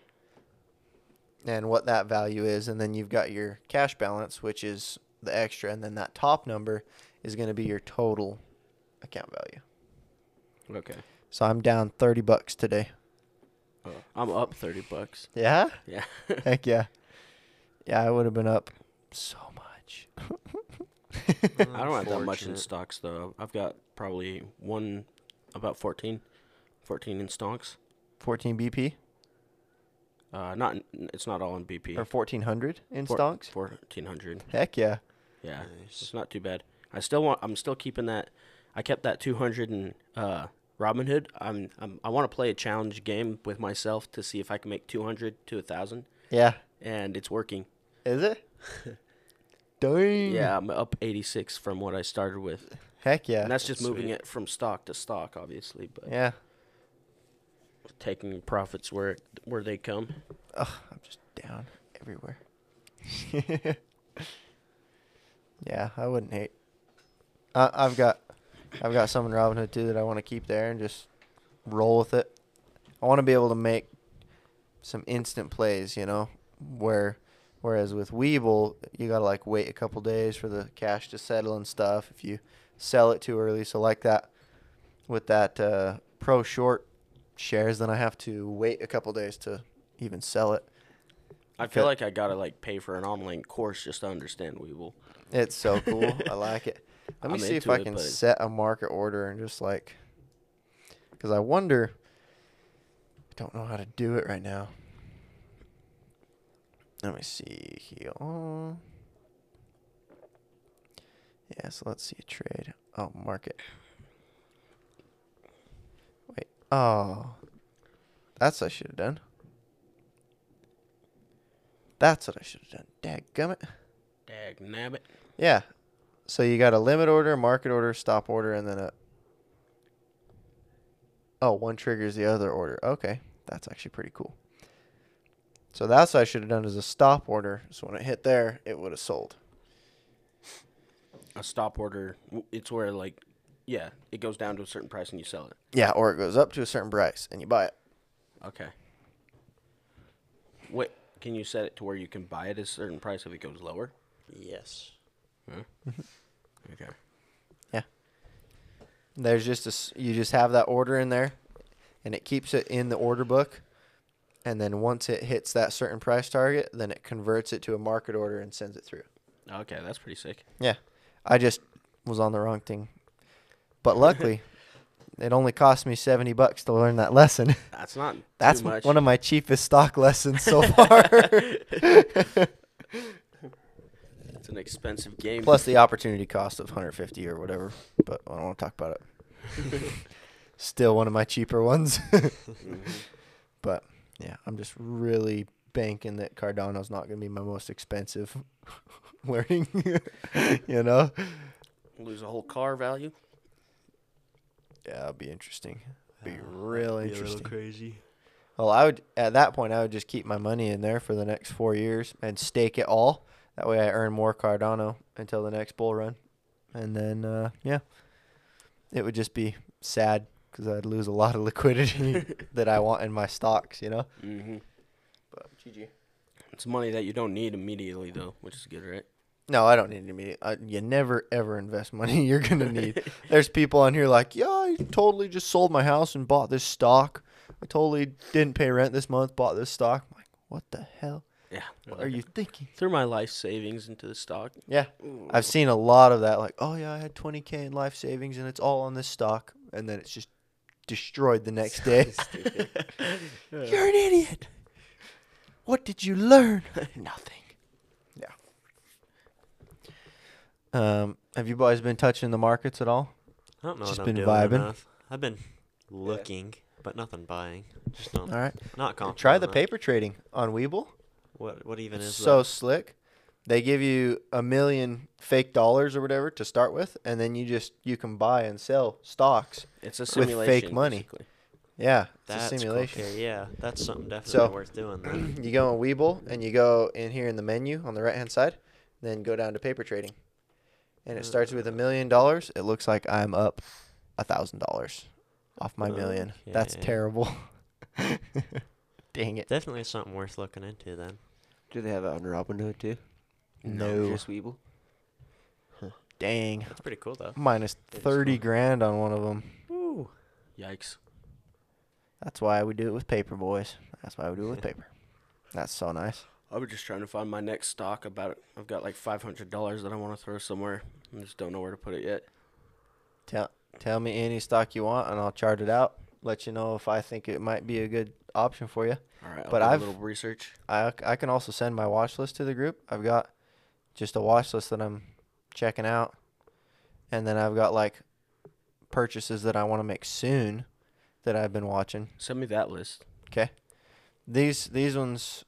[SPEAKER 2] and what that value is, and then you've got your cash balance, which is the extra, and then that top number is going to be your total account value.
[SPEAKER 1] Okay.
[SPEAKER 2] So I'm down 30 bucks today.
[SPEAKER 1] Uh, I'm up thirty bucks.
[SPEAKER 2] Yeah?
[SPEAKER 1] Yeah.
[SPEAKER 2] Heck yeah. Yeah, I would have been up so much.
[SPEAKER 4] Uh,
[SPEAKER 1] I don't have that much in
[SPEAKER 4] Unfortunate.
[SPEAKER 1] stocks though. I've got probably one, about fourteen 14 in stonks.
[SPEAKER 2] 14 BP
[SPEAKER 1] Uh, not in- it's not all in BP.
[SPEAKER 2] or 1400 in
[SPEAKER 1] Four-
[SPEAKER 2] stonks.
[SPEAKER 1] 1400.
[SPEAKER 2] Heck yeah.
[SPEAKER 1] Yeah, it's not too bad. I still want. I'm still keeping that. I kept that 200 and uh, Robin Hood. I'm, I'm. I want to play a challenge game with myself to see if I can make 200 to a thousand,
[SPEAKER 2] Yeah.
[SPEAKER 1] and it's working.
[SPEAKER 2] Is it? Dang.
[SPEAKER 1] Yeah, I'm up 86 from what I started with,
[SPEAKER 2] Heck yeah.
[SPEAKER 1] and that's just moving
[SPEAKER 4] Sweet.
[SPEAKER 1] it from stock to stock, obviously, but
[SPEAKER 2] yeah.
[SPEAKER 1] taking profits where where they come.
[SPEAKER 2] Ugh, I'm just down everywhere. yeah, I wouldn't hate. I, I've got, I've got some in Robinhood too that I want to keep there and just roll with it. I want to be able to make some instant plays, you know, where, whereas with Weeble you gotta like wait a couple days for the cash to settle and stuff. If you sell it too early, so like that, with that uh, pro short shares, then I have to wait a couple days to even sell it.
[SPEAKER 1] I feel
[SPEAKER 2] Okay.
[SPEAKER 1] like I gotta like pay for an online course just to understand Weeble.
[SPEAKER 2] It's so cool. I like it. Let me
[SPEAKER 1] I'm
[SPEAKER 2] see if
[SPEAKER 1] into
[SPEAKER 2] I
[SPEAKER 1] it,
[SPEAKER 2] can
[SPEAKER 1] but-
[SPEAKER 2] set a market order and just like, because I wonder. I don't know how to do it right now. Let me see here. Yeah, so let's see a trade. Oh, market. Wait. Oh, that's what I should have done. That's what I should have done. Dadgummit.
[SPEAKER 1] Dag nabbit.
[SPEAKER 2] Yeah. So you got a limit order, market order, stop order, and then a. Oh, one triggers the other order. Okay, that's actually pretty cool. So that's what I should have done as a stop order. So when it hit there, it would have sold.
[SPEAKER 1] A stop order. w- It's where like, yeah, it goes down to a certain price and you sell it.
[SPEAKER 2] Yeah, or it goes up to a certain price and you buy it.
[SPEAKER 1] Okay. What can you set it to where you can buy it at a certain price if it goes lower?
[SPEAKER 4] Yes.
[SPEAKER 2] Mm-hmm.
[SPEAKER 1] Okay.
[SPEAKER 2] There's just a s- you just have that order in there, and it keeps it in the order book, and then once it hits that certain price target, then it converts it to a market order and sends it through.
[SPEAKER 1] Okay, that's pretty sick.
[SPEAKER 2] Yeah. I just was on the wrong thing. But luckily, it only cost me 70 bucks to learn that lesson.
[SPEAKER 1] That's not
[SPEAKER 2] That's
[SPEAKER 1] too much.
[SPEAKER 2] one of my cheapest stock lessons so far.
[SPEAKER 1] it's an expensive game.
[SPEAKER 2] Plus the opportunity cost of 150 or whatever, but I don't want to talk about it. Still one of my cheaper ones.
[SPEAKER 4] Mm-hmm.
[SPEAKER 2] but yeah, I'm just really banking that Cardano's not going to be my most expensive learning, you know.
[SPEAKER 1] lose a whole car value.
[SPEAKER 2] Yeah, it'll be interesting. Be real
[SPEAKER 4] Be a little
[SPEAKER 2] interesting.
[SPEAKER 4] crazy.
[SPEAKER 2] Well, I would at that point I would just keep my money in there for the next four years and stake it all. That way I earn more Cardano until the next bull run, and then uh, yeah, it would just be sad because I'd lose a lot of liquidity that I want in my stocks. You know.
[SPEAKER 1] hmm
[SPEAKER 2] But GG.
[SPEAKER 1] It's money that you don't need immediately though, which is good, right?
[SPEAKER 2] No, I don't need to be. I, you never ever invest money you're gonna need. There's people on here like, yeah, I totally just sold my house and bought this stock. I totally didn't pay rent this month, bought this stock. I'm like, what the hell
[SPEAKER 1] Yeah.
[SPEAKER 2] what are you thinking?
[SPEAKER 1] Threw my life savings into the stock.
[SPEAKER 2] Yeah, I've seen a lot of that. Like, oh yeah, I had 20k in life savings, and it's all on this stock, and then it's just destroyed the next day. You're an idiot. What did you learn? Nothing. Yeah. Um, have you boys been touching the markets at all?
[SPEAKER 4] I don't know
[SPEAKER 2] Just
[SPEAKER 4] what
[SPEAKER 2] been
[SPEAKER 4] I'm doing
[SPEAKER 2] vibing?
[SPEAKER 4] enough. I've been looking, but nothing buying. Just not,
[SPEAKER 2] All right.
[SPEAKER 4] not confident.
[SPEAKER 2] Try
[SPEAKER 4] on
[SPEAKER 2] the
[SPEAKER 4] that.
[SPEAKER 2] paper trading on Weeble.
[SPEAKER 4] What what even is
[SPEAKER 2] so
[SPEAKER 4] that?
[SPEAKER 2] slick. They give you a million fake dollars or whatever to start with, and then you just you can buy and sell stocks.
[SPEAKER 1] It's a
[SPEAKER 2] fake
[SPEAKER 1] simulation.
[SPEAKER 2] money.
[SPEAKER 1] basically.
[SPEAKER 2] Yeah, it's
[SPEAKER 4] That's
[SPEAKER 2] a
[SPEAKER 4] cool.
[SPEAKER 2] simulation.
[SPEAKER 4] Okay, yeah, that's something definitely
[SPEAKER 2] So-
[SPEAKER 4] worth doing. Then.
[SPEAKER 2] You go on Weeble and you go in here in the menu on the right hand side, then go down to paper trading. And it starts
[SPEAKER 4] Mm.
[SPEAKER 2] with a million dollars. It looks like I'm up a thousand dollars off my million. That's
[SPEAKER 4] Okay.
[SPEAKER 2] terrible. Dang it.
[SPEAKER 4] Definitely something worth looking into then.
[SPEAKER 3] Do they have it on Robinhood too?
[SPEAKER 2] No.
[SPEAKER 3] Just Weeble.
[SPEAKER 2] Dang.
[SPEAKER 4] That's pretty cool though.
[SPEAKER 2] Minus
[SPEAKER 4] It is
[SPEAKER 2] 30
[SPEAKER 4] cool.
[SPEAKER 2] grand on one of them.
[SPEAKER 4] Ooh.
[SPEAKER 1] Yikes.
[SPEAKER 2] That's why we do it with paper, boys. That's why we do it with paper. That's so nice.
[SPEAKER 1] I was just trying to find my next stock. About I've got like five hundred dollars that I want to throw somewhere. I just don't know where to put it yet.
[SPEAKER 2] Tell tell me any stock you want and I'll chart it out. let you know if I think it might be a good option for you.
[SPEAKER 1] All right, I'll
[SPEAKER 2] But
[SPEAKER 1] do
[SPEAKER 2] I've-
[SPEAKER 1] a little research.
[SPEAKER 2] I, I can also send my watch list to the group. I've got just a watch list that I'm checking out. And then I've got like purchases that I want to make soon that I've been watching.
[SPEAKER 1] Send me that list.
[SPEAKER 2] Okay. These these ones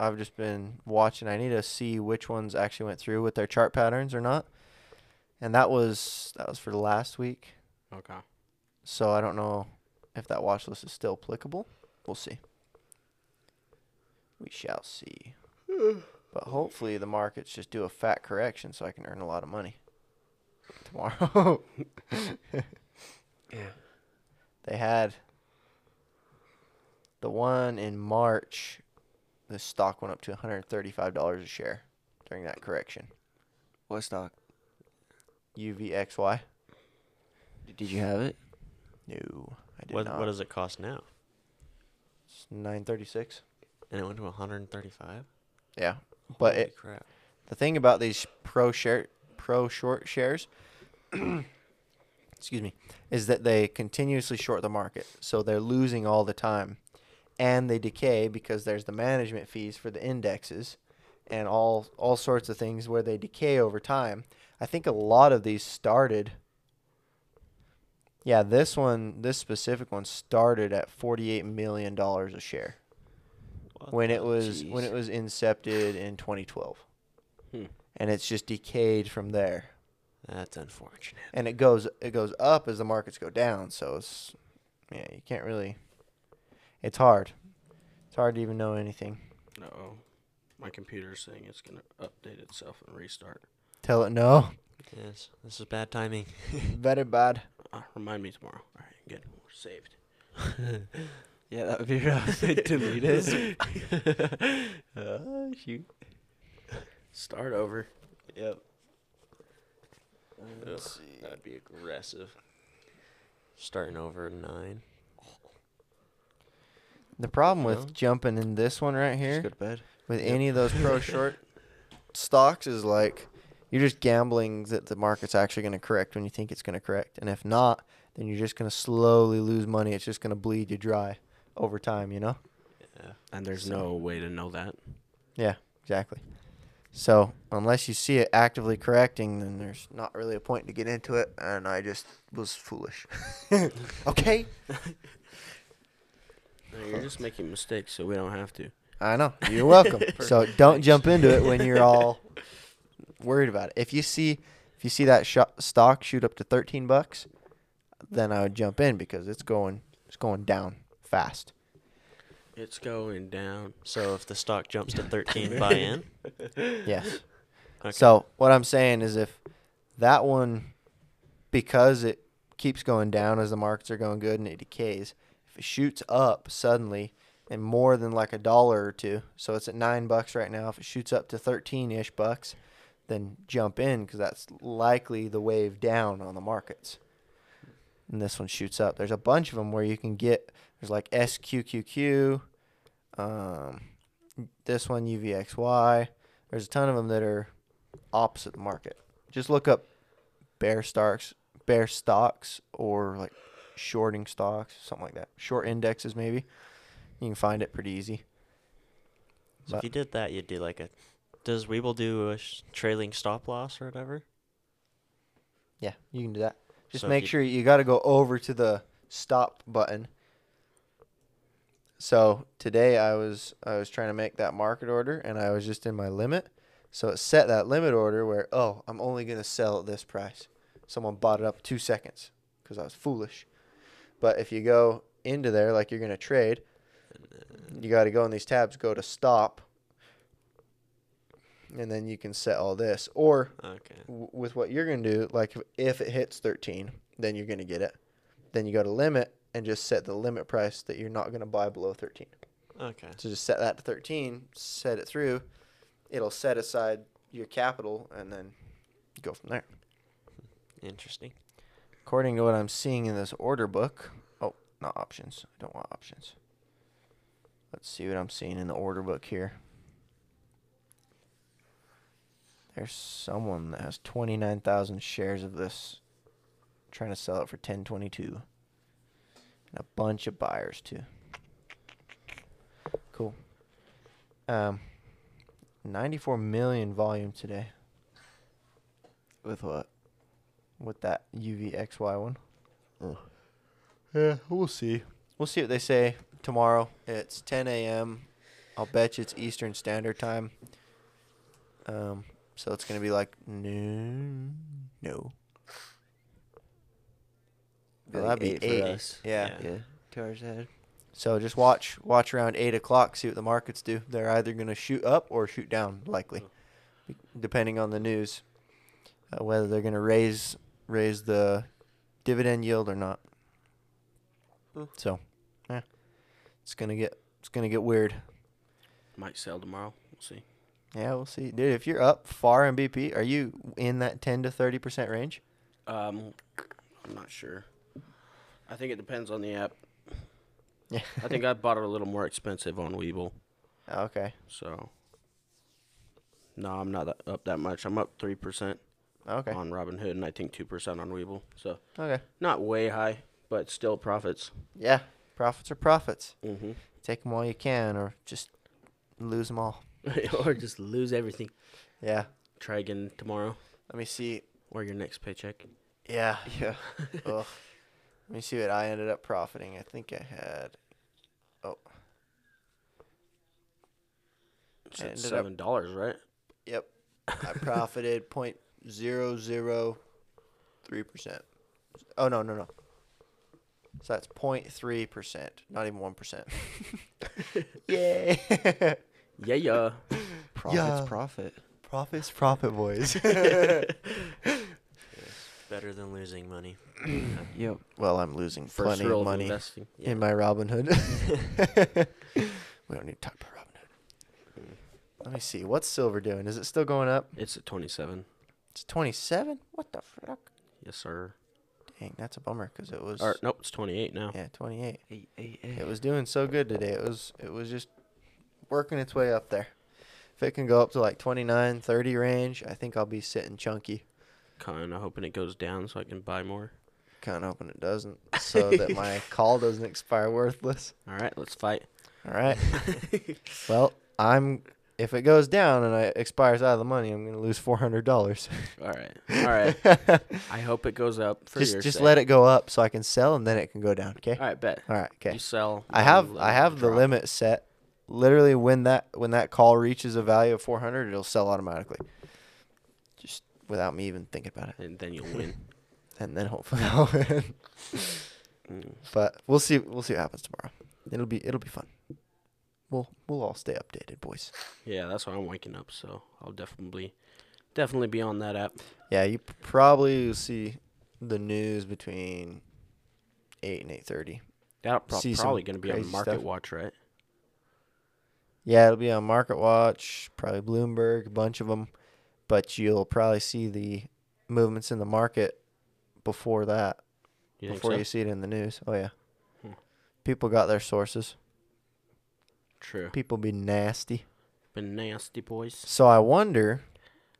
[SPEAKER 2] I've just been watching. I need to see which ones actually went through with their chart patterns or not. And that was that was for last week.
[SPEAKER 1] Okay.
[SPEAKER 2] So I don't know if that watch list is still applicable. We'll see. We shall see. but hopefully the markets just do a fat correction so I can earn a lot of money tomorrow.
[SPEAKER 1] Yeah.
[SPEAKER 2] They had the one in March. The stock went up to $135 a share during that correction.
[SPEAKER 3] What stock?
[SPEAKER 2] UVXY?
[SPEAKER 3] D- Did you have it?
[SPEAKER 2] No, I did
[SPEAKER 4] What
[SPEAKER 2] not.
[SPEAKER 4] what does it cost now?
[SPEAKER 2] It's 936.
[SPEAKER 4] And it went to 135.
[SPEAKER 2] Yeah, but
[SPEAKER 4] Holy
[SPEAKER 2] it,
[SPEAKER 4] crap.
[SPEAKER 2] the thing about these pro share pro short shares excuse me is that they continuously short the market so they're losing all the time and they decay because there's the management fees for the indexes and all all sorts of things where they decay over time i think a lot of these started yeah this one this specific one started at 48 million dollars a share
[SPEAKER 4] What
[SPEAKER 2] when
[SPEAKER 4] the-
[SPEAKER 2] it was when
[SPEAKER 1] jeez.
[SPEAKER 2] it was incepted in 2012
[SPEAKER 1] Hmm.
[SPEAKER 2] and it's just decayed from there
[SPEAKER 4] That's unfortunate.
[SPEAKER 2] and it goes it goes up as the markets go down so it's yeah you can't really it's hard it's hard to even know anything
[SPEAKER 1] Uh oh. My computer's saying it's gonna update itself and restart.
[SPEAKER 2] tell it no
[SPEAKER 4] Yes, this is bad timing.
[SPEAKER 2] very bad
[SPEAKER 1] Uh, remind me tomorrow. All right, good. We're saved.
[SPEAKER 3] Yeah, that would be rough. They'd delete it.
[SPEAKER 4] oh, shoot.
[SPEAKER 1] Start over.
[SPEAKER 4] Yep.
[SPEAKER 2] Let's see.
[SPEAKER 4] That'd be aggressive. Starting over at nine.
[SPEAKER 2] the problem with
[SPEAKER 4] No.
[SPEAKER 2] jumping in this one right
[SPEAKER 3] Just
[SPEAKER 2] here
[SPEAKER 3] go to bed.
[SPEAKER 2] with any of those pro short stocks is like you're just gambling that the market's actually going to correct when you think it's going to correct and if not then you're just going to slowly lose money it's just going to bleed you dry over time you know
[SPEAKER 4] Yeah.
[SPEAKER 1] And there's
[SPEAKER 2] So-
[SPEAKER 1] no way to know that.
[SPEAKER 2] yeah exactly so unless you see it actively correcting then there's not really a point to get into it and i just was foolish okay
[SPEAKER 1] No, you're just making mistakes, so we don't have to.
[SPEAKER 2] I know. You're welcome. so don't jump into it when you're all worried about it. If you see if you see that sho stock shoot up to 13 bucks, then I would jump in because it's going it's going down fast.
[SPEAKER 1] It's going down.
[SPEAKER 4] So if the stock jumps to 13, buy in.
[SPEAKER 2] Yes.
[SPEAKER 4] Okay.
[SPEAKER 2] So what I'm saying is if that one because it keeps going down as the markets are going good and it decays, if it shoots up suddenly and more than like a dollar or two, so it's at nine bucks right now. If it shoots up to thirteen ish bucks, then jump in because that's likely the wave down on the markets. And this one shoots up. There's a bunch of them where you can get. There's like SQQQ. Um, this one UVXY. There's a ton of them that are opposite the market. Just look up bear stocks, bear stocks, or like shorting stocks, something like that. Short indexes, maybe. You can find it pretty easy.
[SPEAKER 4] So if you did that, you'd do like a. Does Weeble do a sh- trailing stop loss or whatever?
[SPEAKER 2] Yeah, you can do that. Just
[SPEAKER 4] So if
[SPEAKER 2] make
[SPEAKER 4] you-
[SPEAKER 2] sure you got to go over to the stop button. So today I was I was trying to make that market order and I was just in my limit. So it set that limit order where oh I'm only gonna sell at this price. Someone bought it up two seconds because I was foolish. But if you go into there like you're gonna trade, you got to go in these tabs, go to stop, and then you can set all this or
[SPEAKER 4] Okay.
[SPEAKER 2] w- with what you're going to do, like if- if it hits 13, then you're going to get it. Then you go to limit and just set the limit price that you're not going to buy below 13.
[SPEAKER 4] Okay.
[SPEAKER 2] So just set that to 13, set it through. It'll set aside your capital and then go from there.
[SPEAKER 4] Interesting.
[SPEAKER 2] According to what I'm seeing in this order book, oh, not options. I don't want options. Let's see what I'm seeing in the order book here. There's someone that has 29,000 shares of this trying to sell it for 1022. And a bunch of buyers too. Cool. Um, 94 million volume today
[SPEAKER 3] With what?
[SPEAKER 2] with that UVXY one.
[SPEAKER 3] Oh.
[SPEAKER 2] Yeah, we'll see. We'll see what they say tomorrow. It's 10 a.m. I'll bet you it's Eastern Standard Time. Um, so it's gonna be like noon. No.
[SPEAKER 3] Be
[SPEAKER 2] Well,
[SPEAKER 3] like
[SPEAKER 2] that'd be
[SPEAKER 3] eight
[SPEAKER 2] eight.
[SPEAKER 3] for us.
[SPEAKER 2] Yeah.
[SPEAKER 4] Yeah.
[SPEAKER 3] Yeah. Two hours ahead.
[SPEAKER 2] So just watch watch around eight o'clock. See what the markets do. They're either gonna shoot up or shoot down, likely, be- depending on the news, uh, whether they're gonna raise raise the dividend yield or not. So, yeah, it's gonna get it's gonna get weird.
[SPEAKER 1] Might sell tomorrow. We'll see.
[SPEAKER 2] Yeah, we'll see, dude. If you're up far in BP, are you in that ten to thirty percent range?
[SPEAKER 1] Um, I'm not sure. I think it depends on the app.
[SPEAKER 2] Yeah.
[SPEAKER 1] I think I bought it a little more expensive on Weeble,
[SPEAKER 2] Okay.
[SPEAKER 1] so. No, I'm not that- up that much. I'm up three percent
[SPEAKER 2] Okay.
[SPEAKER 1] on Robinhood and I think two percent on Weeble. So
[SPEAKER 2] Okay.
[SPEAKER 1] not way high, but still profits.
[SPEAKER 2] Yeah. Profits are profits.
[SPEAKER 1] Mm-hmm.
[SPEAKER 2] Take them all you can, or just lose them all.
[SPEAKER 1] or just lose everything.
[SPEAKER 2] Yeah.
[SPEAKER 1] Try again tomorrow
[SPEAKER 2] Let me see.
[SPEAKER 1] or your next paycheck.
[SPEAKER 2] Yeah.
[SPEAKER 3] Yeah.
[SPEAKER 2] Ugh. Let me see what I ended up profiting. I think I had.
[SPEAKER 1] It's
[SPEAKER 2] I
[SPEAKER 1] at
[SPEAKER 2] ended up-
[SPEAKER 1] seven dollars, right?
[SPEAKER 2] Yep. I profited point zero zero three percent. Oh no no no. So that's point three percent, not even one percent. Yay!
[SPEAKER 1] Yeah, yeah.
[SPEAKER 3] Profit's
[SPEAKER 2] Yeah.
[SPEAKER 3] profit.
[SPEAKER 2] Profits, profit boys.
[SPEAKER 4] Better than losing money.
[SPEAKER 3] Yep.
[SPEAKER 2] well, I'm losing
[SPEAKER 1] First
[SPEAKER 2] plenty
[SPEAKER 1] rule
[SPEAKER 2] of
[SPEAKER 1] of
[SPEAKER 2] money
[SPEAKER 1] investing.
[SPEAKER 2] in my Robin Hood. we don't need to talk about Robin Hood. Let me see. What's silver doing? Is it still going up?
[SPEAKER 1] It's at twenty-seven.
[SPEAKER 2] It's 27. What the fuck?
[SPEAKER 1] Yes, sir.
[SPEAKER 2] Dang, that's a bummer because it was
[SPEAKER 1] Or nope, it's twenty-eight now.
[SPEAKER 2] yeah 28.
[SPEAKER 3] Hey, hey, hey.
[SPEAKER 2] It was doing so good today. It was it was just working its way up there. If it can go up to like 29, 30 range, I think I'll be sitting chunky.
[SPEAKER 1] Kind of hoping it goes down so I can buy more.
[SPEAKER 2] Kind of hoping it doesn't, so that my call doesn't expire worthless.
[SPEAKER 1] All right, let's fight.
[SPEAKER 2] All right. well, I'm if it goes down and it expires out of the money, I'm gonna lose four hundred dollars.
[SPEAKER 1] All right, all right. I hope it goes up for
[SPEAKER 2] just
[SPEAKER 1] your
[SPEAKER 2] just
[SPEAKER 1] sake.
[SPEAKER 2] let it go up so I can sell and then it can go down. Okay.
[SPEAKER 1] All right, bet.
[SPEAKER 2] All right. Okay.
[SPEAKER 1] You sell.
[SPEAKER 2] I
[SPEAKER 1] and
[SPEAKER 2] have
[SPEAKER 1] let
[SPEAKER 2] I
[SPEAKER 1] it
[SPEAKER 2] have the
[SPEAKER 1] drop.
[SPEAKER 2] limit set. Literally, when that when that call reaches a value of 400, it'll sell automatically, just without me even thinking about it.
[SPEAKER 1] and then you'll win.
[SPEAKER 2] And then hopefully I'll win.
[SPEAKER 1] Mm.
[SPEAKER 2] but we'll see we'll see what happens tomorrow. It'll be it'll be fun. We'll we'll all stay updated, boys.
[SPEAKER 1] Yeah, that's why I'm waking up. So I'll definitely, definitely be on that app.
[SPEAKER 2] Yeah, you p- probably will see the news between eight and eight thirty.
[SPEAKER 1] That pro-
[SPEAKER 2] See some
[SPEAKER 1] probably going to be on
[SPEAKER 2] crazy
[SPEAKER 1] Market
[SPEAKER 2] stuff.
[SPEAKER 1] Watch, right?
[SPEAKER 2] Yeah, it'll be on Market Watch, probably Bloomberg, a bunch of them. But you'll probably see the movements in the market before that,
[SPEAKER 1] You think
[SPEAKER 2] before
[SPEAKER 1] so?
[SPEAKER 2] you see it in the news. Oh yeah,
[SPEAKER 1] Hmm.
[SPEAKER 2] people got their sources.
[SPEAKER 1] True.
[SPEAKER 2] People be nasty.
[SPEAKER 1] Been nasty boys.
[SPEAKER 2] So I wonder,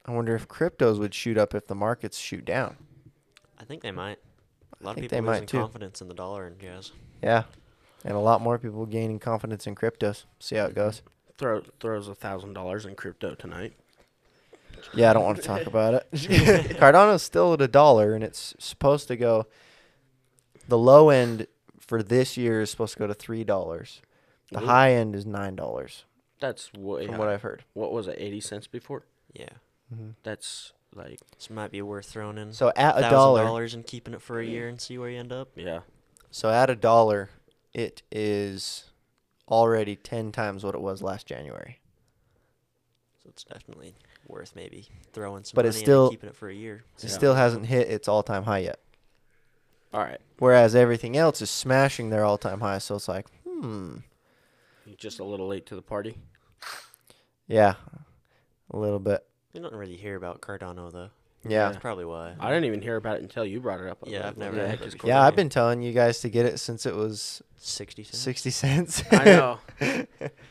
[SPEAKER 2] I wonder if cryptos would shoot up if the markets shoot down.
[SPEAKER 4] I think they might. A lot of
[SPEAKER 2] think
[SPEAKER 4] people
[SPEAKER 2] they might
[SPEAKER 4] losing
[SPEAKER 2] too.
[SPEAKER 4] confidence in the dollar and jazz.
[SPEAKER 2] Yeah, and a lot more people gaining confidence in cryptos. See how it goes.
[SPEAKER 1] Throw throws a thousand dollars in crypto tonight.
[SPEAKER 2] Yeah, I don't want to talk about it. Cardano's still at a dollar, and it's supposed to go. The low end for this year is supposed to go to three dollars. The
[SPEAKER 1] Ooh.
[SPEAKER 2] high end is nine dollars,
[SPEAKER 1] That's way
[SPEAKER 2] from
[SPEAKER 1] high.
[SPEAKER 2] what
[SPEAKER 1] what
[SPEAKER 2] I've heard.
[SPEAKER 1] was it? Eighty cents before.
[SPEAKER 4] Yeah.
[SPEAKER 1] That's like
[SPEAKER 4] This might be worth throwing in
[SPEAKER 2] So at a
[SPEAKER 4] Mm-hmm. thousand
[SPEAKER 2] dollar,
[SPEAKER 4] dollars and keeping it for a year and see where you end up.
[SPEAKER 1] yeah.
[SPEAKER 2] so at a dollar, it is already ten times what it was last January.
[SPEAKER 4] So it's definitely worth maybe throwing some
[SPEAKER 2] But
[SPEAKER 4] money
[SPEAKER 2] it's
[SPEAKER 4] in and
[SPEAKER 2] still-
[SPEAKER 4] keeping it for a year.
[SPEAKER 2] It
[SPEAKER 1] Yeah.
[SPEAKER 2] still hasn't hit its all time high yet.
[SPEAKER 1] All right.
[SPEAKER 2] Whereas everything else is smashing their all time high. So it's like, hmm,
[SPEAKER 1] You're just a little late to the party.
[SPEAKER 2] yeah, a little bit.
[SPEAKER 4] You don't really hear about Cardano though.
[SPEAKER 2] Yeah.
[SPEAKER 4] That's probably why.
[SPEAKER 1] I didn't even hear about it until you brought it up. I was
[SPEAKER 4] Yeah,
[SPEAKER 1] like,
[SPEAKER 4] I've
[SPEAKER 1] what
[SPEAKER 4] never
[SPEAKER 1] the
[SPEAKER 4] heard
[SPEAKER 1] heck
[SPEAKER 4] of it
[SPEAKER 1] is
[SPEAKER 4] before.
[SPEAKER 1] going
[SPEAKER 2] Yeah,
[SPEAKER 1] on?
[SPEAKER 2] I've been telling you guys to get it since it was
[SPEAKER 4] Sixty cents.
[SPEAKER 2] 60 cents.
[SPEAKER 1] I know.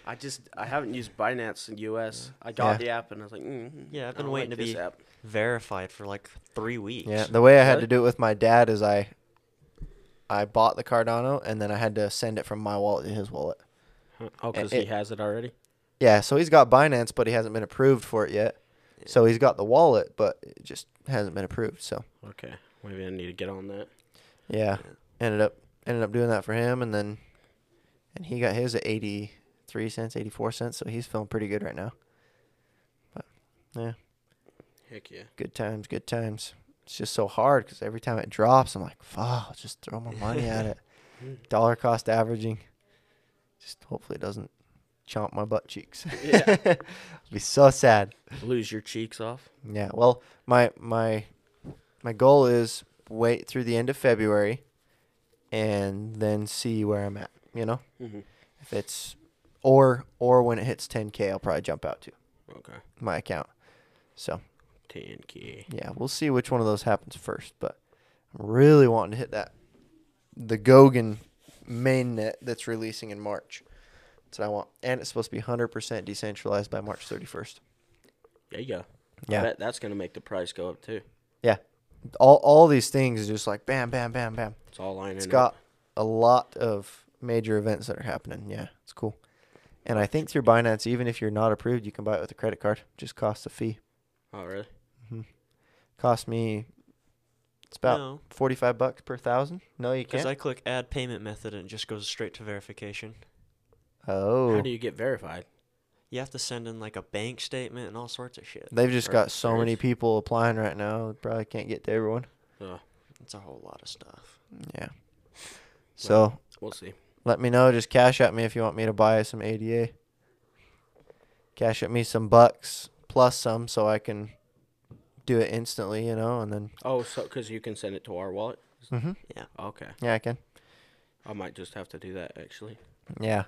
[SPEAKER 1] I just I haven't used Binance in US. I got
[SPEAKER 2] Yeah.
[SPEAKER 1] the app and I was like, mm,
[SPEAKER 4] Yeah, I've
[SPEAKER 1] I
[SPEAKER 4] been
[SPEAKER 1] don't
[SPEAKER 4] waiting
[SPEAKER 1] like
[SPEAKER 4] to
[SPEAKER 1] this
[SPEAKER 4] be-
[SPEAKER 1] app.
[SPEAKER 4] Verified for like three weeks.
[SPEAKER 2] yeah, the way I had to
[SPEAKER 1] What?
[SPEAKER 2] do it with my dad is I I bought the Cardano and then I had to send it from my wallet to his wallet.
[SPEAKER 1] Huh. Oh, because
[SPEAKER 2] it-
[SPEAKER 1] he has it already.
[SPEAKER 2] Yeah, so he's got Binance, but he hasn't been approved for it yet. So he's got the wallet, but it just hasn't been approved. So
[SPEAKER 1] Okay, maybe I need to get on that.
[SPEAKER 2] yeah, ended up ended up doing that for him, and then and he got his at eighty three cents, eighty four cents. So he's feeling pretty good right now. But yeah,
[SPEAKER 1] Heck yeah.
[SPEAKER 2] good times, good times. It's just so hard because every time it drops, I'm like, fuck, just throw more money at it. Dollar cost averaging. Just hopefully it doesn't chomp my butt cheeks.
[SPEAKER 1] Yeah.
[SPEAKER 2] be so sad.
[SPEAKER 1] Lose your cheeks off.
[SPEAKER 2] Yeah. Well, my my my goal is wait through the end of February, and then see where I'm at. You know,
[SPEAKER 1] Mm-hmm.
[SPEAKER 2] if it's or or when it hits 10k, I'll probably jump out to
[SPEAKER 1] Okay.
[SPEAKER 2] my account. So
[SPEAKER 1] 10k.
[SPEAKER 2] yeah, we'll see which one of those happens first. But I'm really wanting to hit that the Gogan mainnet that's releasing in March. That's what I want, and it's supposed to be 100% decentralized by March 31st.
[SPEAKER 1] Yeah, yeah.
[SPEAKER 2] Yeah.
[SPEAKER 1] I bet that's gonna make the price go up too.
[SPEAKER 2] Yeah. All all these things are just like bam, bam, bam, bam.
[SPEAKER 1] It's all lining
[SPEAKER 2] It's
[SPEAKER 1] up.
[SPEAKER 2] got a lot of major events that are happening. Yeah, it's cool. And I think through Binance, even if you're not approved, you can buy it with a credit card. Just costs a fee.
[SPEAKER 1] Oh really?
[SPEAKER 2] Cost me it's about
[SPEAKER 4] No.
[SPEAKER 2] forty five bucks per thousand. No, you
[SPEAKER 4] Because
[SPEAKER 2] can't.
[SPEAKER 4] I click add payment method and it just goes straight to verification.
[SPEAKER 2] oh,
[SPEAKER 1] How do you get verified?
[SPEAKER 4] You have to send in like a bank statement and all sorts of shit.
[SPEAKER 2] they've just got
[SPEAKER 1] Perfect.
[SPEAKER 2] so many people applying right now. They probably can't get to everyone.
[SPEAKER 1] Uh,
[SPEAKER 4] It's a whole lot of stuff.
[SPEAKER 2] Yeah. So
[SPEAKER 1] we'll see.
[SPEAKER 2] let me know. Just cash at me if you want me to buy some ADA. Cash at me some bucks plus some so I can do it instantly, you know, and then
[SPEAKER 1] Oh, so because you can send it to our wallet.
[SPEAKER 2] Mhm.
[SPEAKER 4] Yeah.
[SPEAKER 1] Okay.
[SPEAKER 2] yeah, I can.
[SPEAKER 1] I might just have to do that actually.
[SPEAKER 2] Yeah.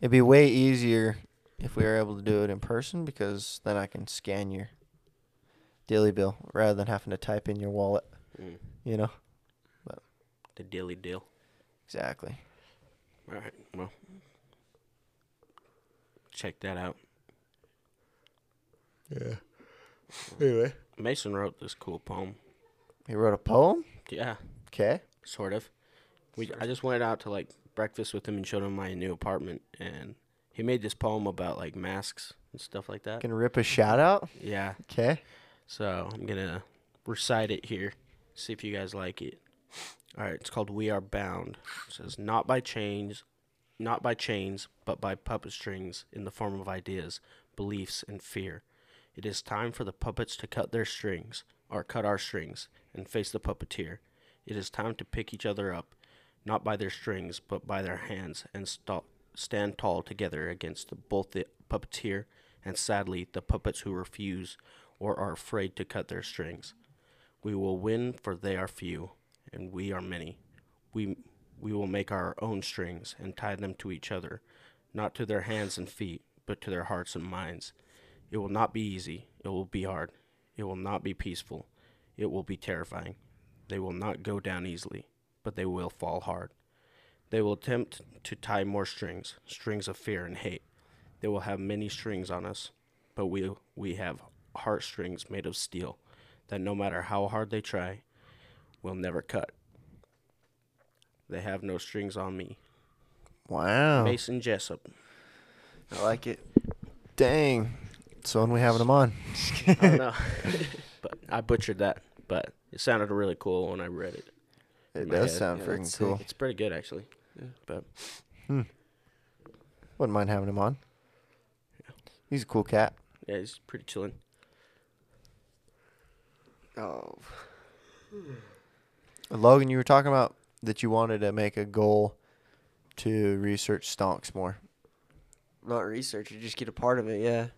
[SPEAKER 2] It'd be way easier if we were able to do it in person because then I can scan your daily bill rather than having to type in your wallet,
[SPEAKER 1] Mm.
[SPEAKER 2] you know.
[SPEAKER 1] The dilly deal.
[SPEAKER 2] Exactly.
[SPEAKER 1] All right. Well, check that out.
[SPEAKER 2] Yeah. Anyway,
[SPEAKER 1] Mason wrote this cool poem.
[SPEAKER 2] he wrote a poem.
[SPEAKER 1] Yeah,
[SPEAKER 2] Okay.
[SPEAKER 1] sort of. We I just went out to like breakfast with him and showed him my new apartment, and he made this poem about like masks and stuff like that.
[SPEAKER 2] Can rip a shout out.
[SPEAKER 1] Yeah.
[SPEAKER 2] Okay.
[SPEAKER 1] So I'm gonna recite it here. See if you guys like it. All right, it's called "We Are Bound." It says, "Not by chains, not by chains, but by puppet strings in the form of ideas, beliefs, and fear. It is time for the puppets to cut their strings, or cut our strings, and face the puppeteer. It is time to pick each other up, not by their strings, but by their hands, and st- stand tall together against the, both the puppeteer and, sadly, the puppets who refuse or are afraid to cut their strings. We will win, for they are few, and we are many. We, we will make our own strings and tie them to each other, not to their hands and feet, but to their hearts and minds. It will not be easy. It will be hard. It will not be peaceful. It will be terrifying. They will not go down easily, but they will fall hard. They will attempt to tie more strings, strings of fear and hate. They will have many strings on us, but we we have heartstrings made of steel that no matter how hard they try, will never cut. They have no strings on me.
[SPEAKER 2] Wow.
[SPEAKER 1] Mason Jessup.
[SPEAKER 2] I like it. Dang. So when we having him on?
[SPEAKER 1] I don't know. but I butchered that, but it sounded really cool when I read it.
[SPEAKER 2] It
[SPEAKER 1] my
[SPEAKER 2] does
[SPEAKER 1] head.
[SPEAKER 2] sound
[SPEAKER 3] Yeah, that's
[SPEAKER 2] freaking
[SPEAKER 3] sick.
[SPEAKER 2] cool.
[SPEAKER 1] It's pretty good actually. But
[SPEAKER 2] Wouldn't mind having him on. He's a cool cat.
[SPEAKER 1] yeah, it's pretty chilling.
[SPEAKER 3] Oh,
[SPEAKER 2] Logan, you were talking about that you wanted to make a goal to research stonks more.
[SPEAKER 3] not research. You just get a part of it. Yeah.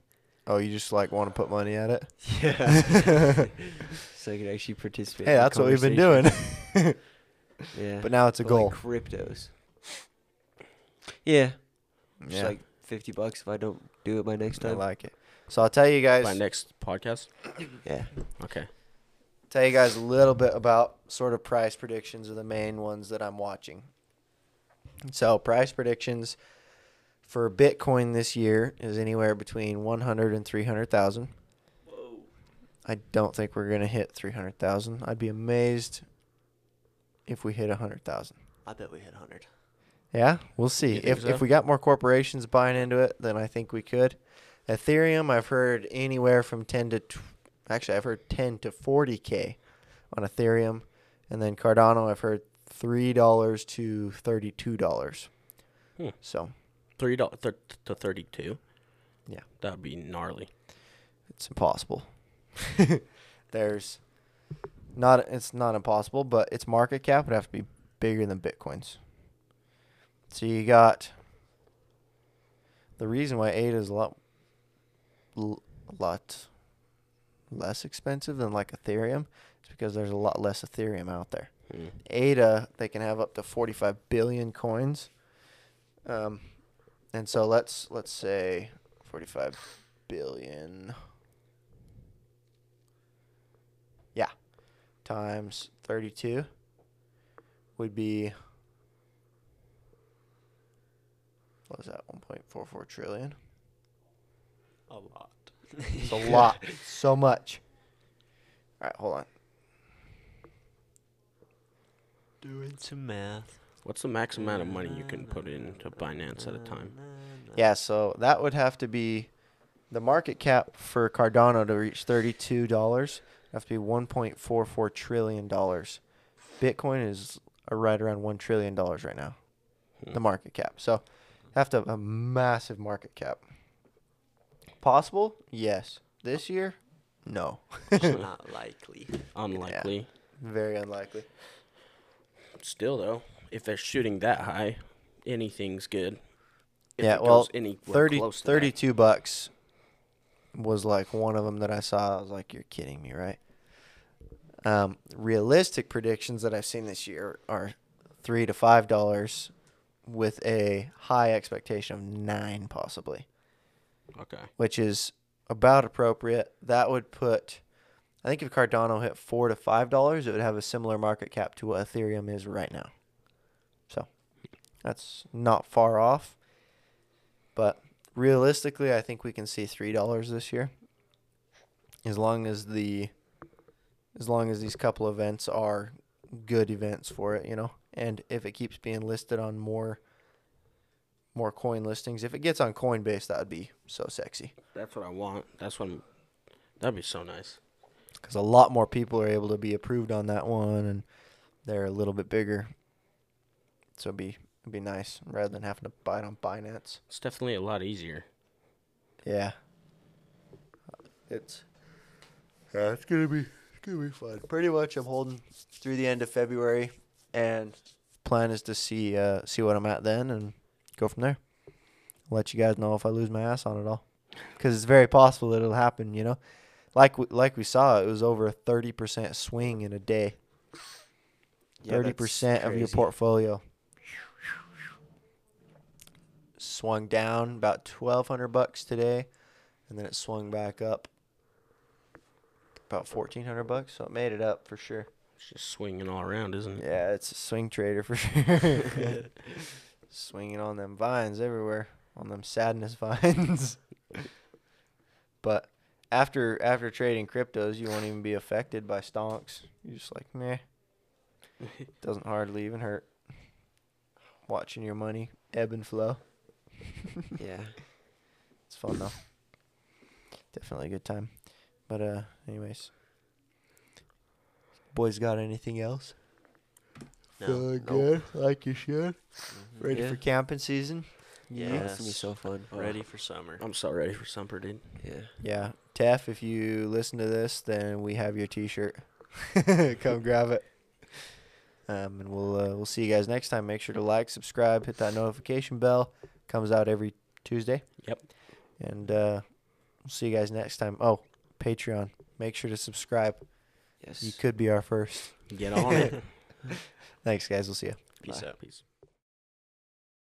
[SPEAKER 2] Oh, you just like want to put money at it?
[SPEAKER 3] Yeah. so I could actually participate.
[SPEAKER 2] hey,
[SPEAKER 3] in the
[SPEAKER 2] that's what we've been doing.
[SPEAKER 3] conversation. Yeah.
[SPEAKER 2] but now it's a
[SPEAKER 3] But,
[SPEAKER 2] goal.
[SPEAKER 3] Like cryptos. Yeah. Just
[SPEAKER 2] yeah,
[SPEAKER 3] like fifty bucks if I don't do it by next
[SPEAKER 2] I
[SPEAKER 3] time.
[SPEAKER 2] like it. So I'll tell you guys.
[SPEAKER 1] By next podcast.
[SPEAKER 3] yeah.
[SPEAKER 1] Okay.
[SPEAKER 2] tell you guys a little bit about sort of price predictions are the main ones that I'm watching. So price predictions for Bitcoin this year is anywhere between 100 and 300,000. I don't think we're going to hit 300,000. I'd be amazed if we hit 100,000.
[SPEAKER 4] I bet we hit 100.
[SPEAKER 2] Yeah, we'll see.
[SPEAKER 1] You think
[SPEAKER 2] If
[SPEAKER 1] so?
[SPEAKER 2] if we got more corporations buying into it, then I think we could. Ethereum, I've heard anywhere from ten to, tw- actually, I've heard ten to forty k on Ethereum, and then Cardano, I've heard three dollars to thirty two dollars.
[SPEAKER 1] Hmm.
[SPEAKER 2] So
[SPEAKER 1] Three dollars to thirty-two.
[SPEAKER 2] Yeah.
[SPEAKER 1] that'd be gnarly.
[SPEAKER 2] it's impossible. There's not it's not impossible, but its market cap would have to be bigger than Bitcoin's. So you got the reason why ADA is a lot l- a lot less expensive than like Ethereum is because there's a lot less Ethereum out there.
[SPEAKER 1] Hmm.
[SPEAKER 2] ADA, they can have up to 45 billion coins. Um, and so let's let's say 45 billion. Yeah, times 32 would be what was that? 1.44 trillion.
[SPEAKER 4] A lot.
[SPEAKER 2] It's a lot. so much. All right, hold on.
[SPEAKER 4] Doing some math.
[SPEAKER 1] What's the max amount of money you can put into Binance at a time?
[SPEAKER 2] Yeah, so that would have to be the market cap for Cardano to reach thirty-two dollars. Have to be one point four four trillion dollars. Bitcoin is uh, right around one trillion dollars right now,
[SPEAKER 1] Hmm.
[SPEAKER 2] the market cap. So have to have a massive market cap. Possible? Yes. This year? No.
[SPEAKER 4] Not likely.
[SPEAKER 1] Unlikely.
[SPEAKER 2] Very unlikely.
[SPEAKER 1] Still though, if they're shooting that high, anything's good. If
[SPEAKER 2] Yeah,
[SPEAKER 1] it
[SPEAKER 2] well,
[SPEAKER 1] goes anywhere
[SPEAKER 2] 30,
[SPEAKER 1] close to that.
[SPEAKER 2] 32 bucks was like one of them that I saw. I was like, you're kidding me, right? Um, realistic predictions that I've seen this year are three to five dollars with a high expectation of nine, possibly,
[SPEAKER 1] Okay.
[SPEAKER 2] which is about appropriate. That would put, I think, if Cardano hit four to five dollars, it would have a similar market cap to what Ethereum is right now. So that's not far off. But realistically, I think we can see three dollars this year, as long as the, as long as these couple events are good events for it, you know, and if it keeps being listed on more. More coin listings. If it gets on Coinbase, that would be so sexy
[SPEAKER 1] That's what I want. That's what. I'm, that'd be so nice.
[SPEAKER 2] because a lot more people are able to be approved on that one, and they're a little bit bigger. So it'd be it'd be nice rather than having to buy it on Binance.
[SPEAKER 1] It's definitely a lot easier.
[SPEAKER 2] Yeah. It's yeah, it's gonna be it's gonna be fun. Pretty much, I'm holding through the end of February, and plan is to see uh see what I'm at then and go from there. let you guys know if I lose my ass on it all, because it's very possible that it'll happen. You know, like we, like we saw, it was over a thirty percent swing in a day.
[SPEAKER 4] Yeah,
[SPEAKER 2] Thirty
[SPEAKER 4] that's
[SPEAKER 2] percent of your
[SPEAKER 4] crazy.
[SPEAKER 2] portfolio swung down about twelve hundred bucks today, and then it swung back up about fourteen hundred bucks. So it made it up for sure.
[SPEAKER 1] It's just swinging all around, isn't it?
[SPEAKER 2] Yeah, it's a swing trader for sure. Swinging on them vines everywhere, on them sadness vines. but after after trading cryptos, you won't even be affected by stonks. You're just like, meh. Doesn't hardly even hurt. Watching your money ebb and flow.
[SPEAKER 4] Yeah.
[SPEAKER 2] It's fun though. Definitely a good time. But uh anyways. Boys got anything else?
[SPEAKER 4] No.
[SPEAKER 2] good, like you should.
[SPEAKER 4] Mhm.
[SPEAKER 2] Ready
[SPEAKER 4] yeah.
[SPEAKER 2] for camping season?
[SPEAKER 4] Yeah, it's gonna be
[SPEAKER 3] Yes.
[SPEAKER 4] so fun.
[SPEAKER 1] Oh.
[SPEAKER 4] Ready for summer.
[SPEAKER 1] I'm so ready for summer, dude.
[SPEAKER 4] Yeah.
[SPEAKER 2] Yeah. Tef, if you listen to this, then we have your t shirt. Come grab it. Um, and we'll uh, we'll see you guys next time. Make sure to like, subscribe, hit that notification bell. Comes out every Tuesday.
[SPEAKER 1] Yep.
[SPEAKER 2] And uh, we'll see you guys next time. Oh, Patreon. Make sure to subscribe.
[SPEAKER 4] Yes.
[SPEAKER 2] You could be our first.
[SPEAKER 1] Get on it.
[SPEAKER 2] Thanks, guys. We'll see you.
[SPEAKER 4] Peace
[SPEAKER 1] Bye.
[SPEAKER 4] out.
[SPEAKER 1] Peace.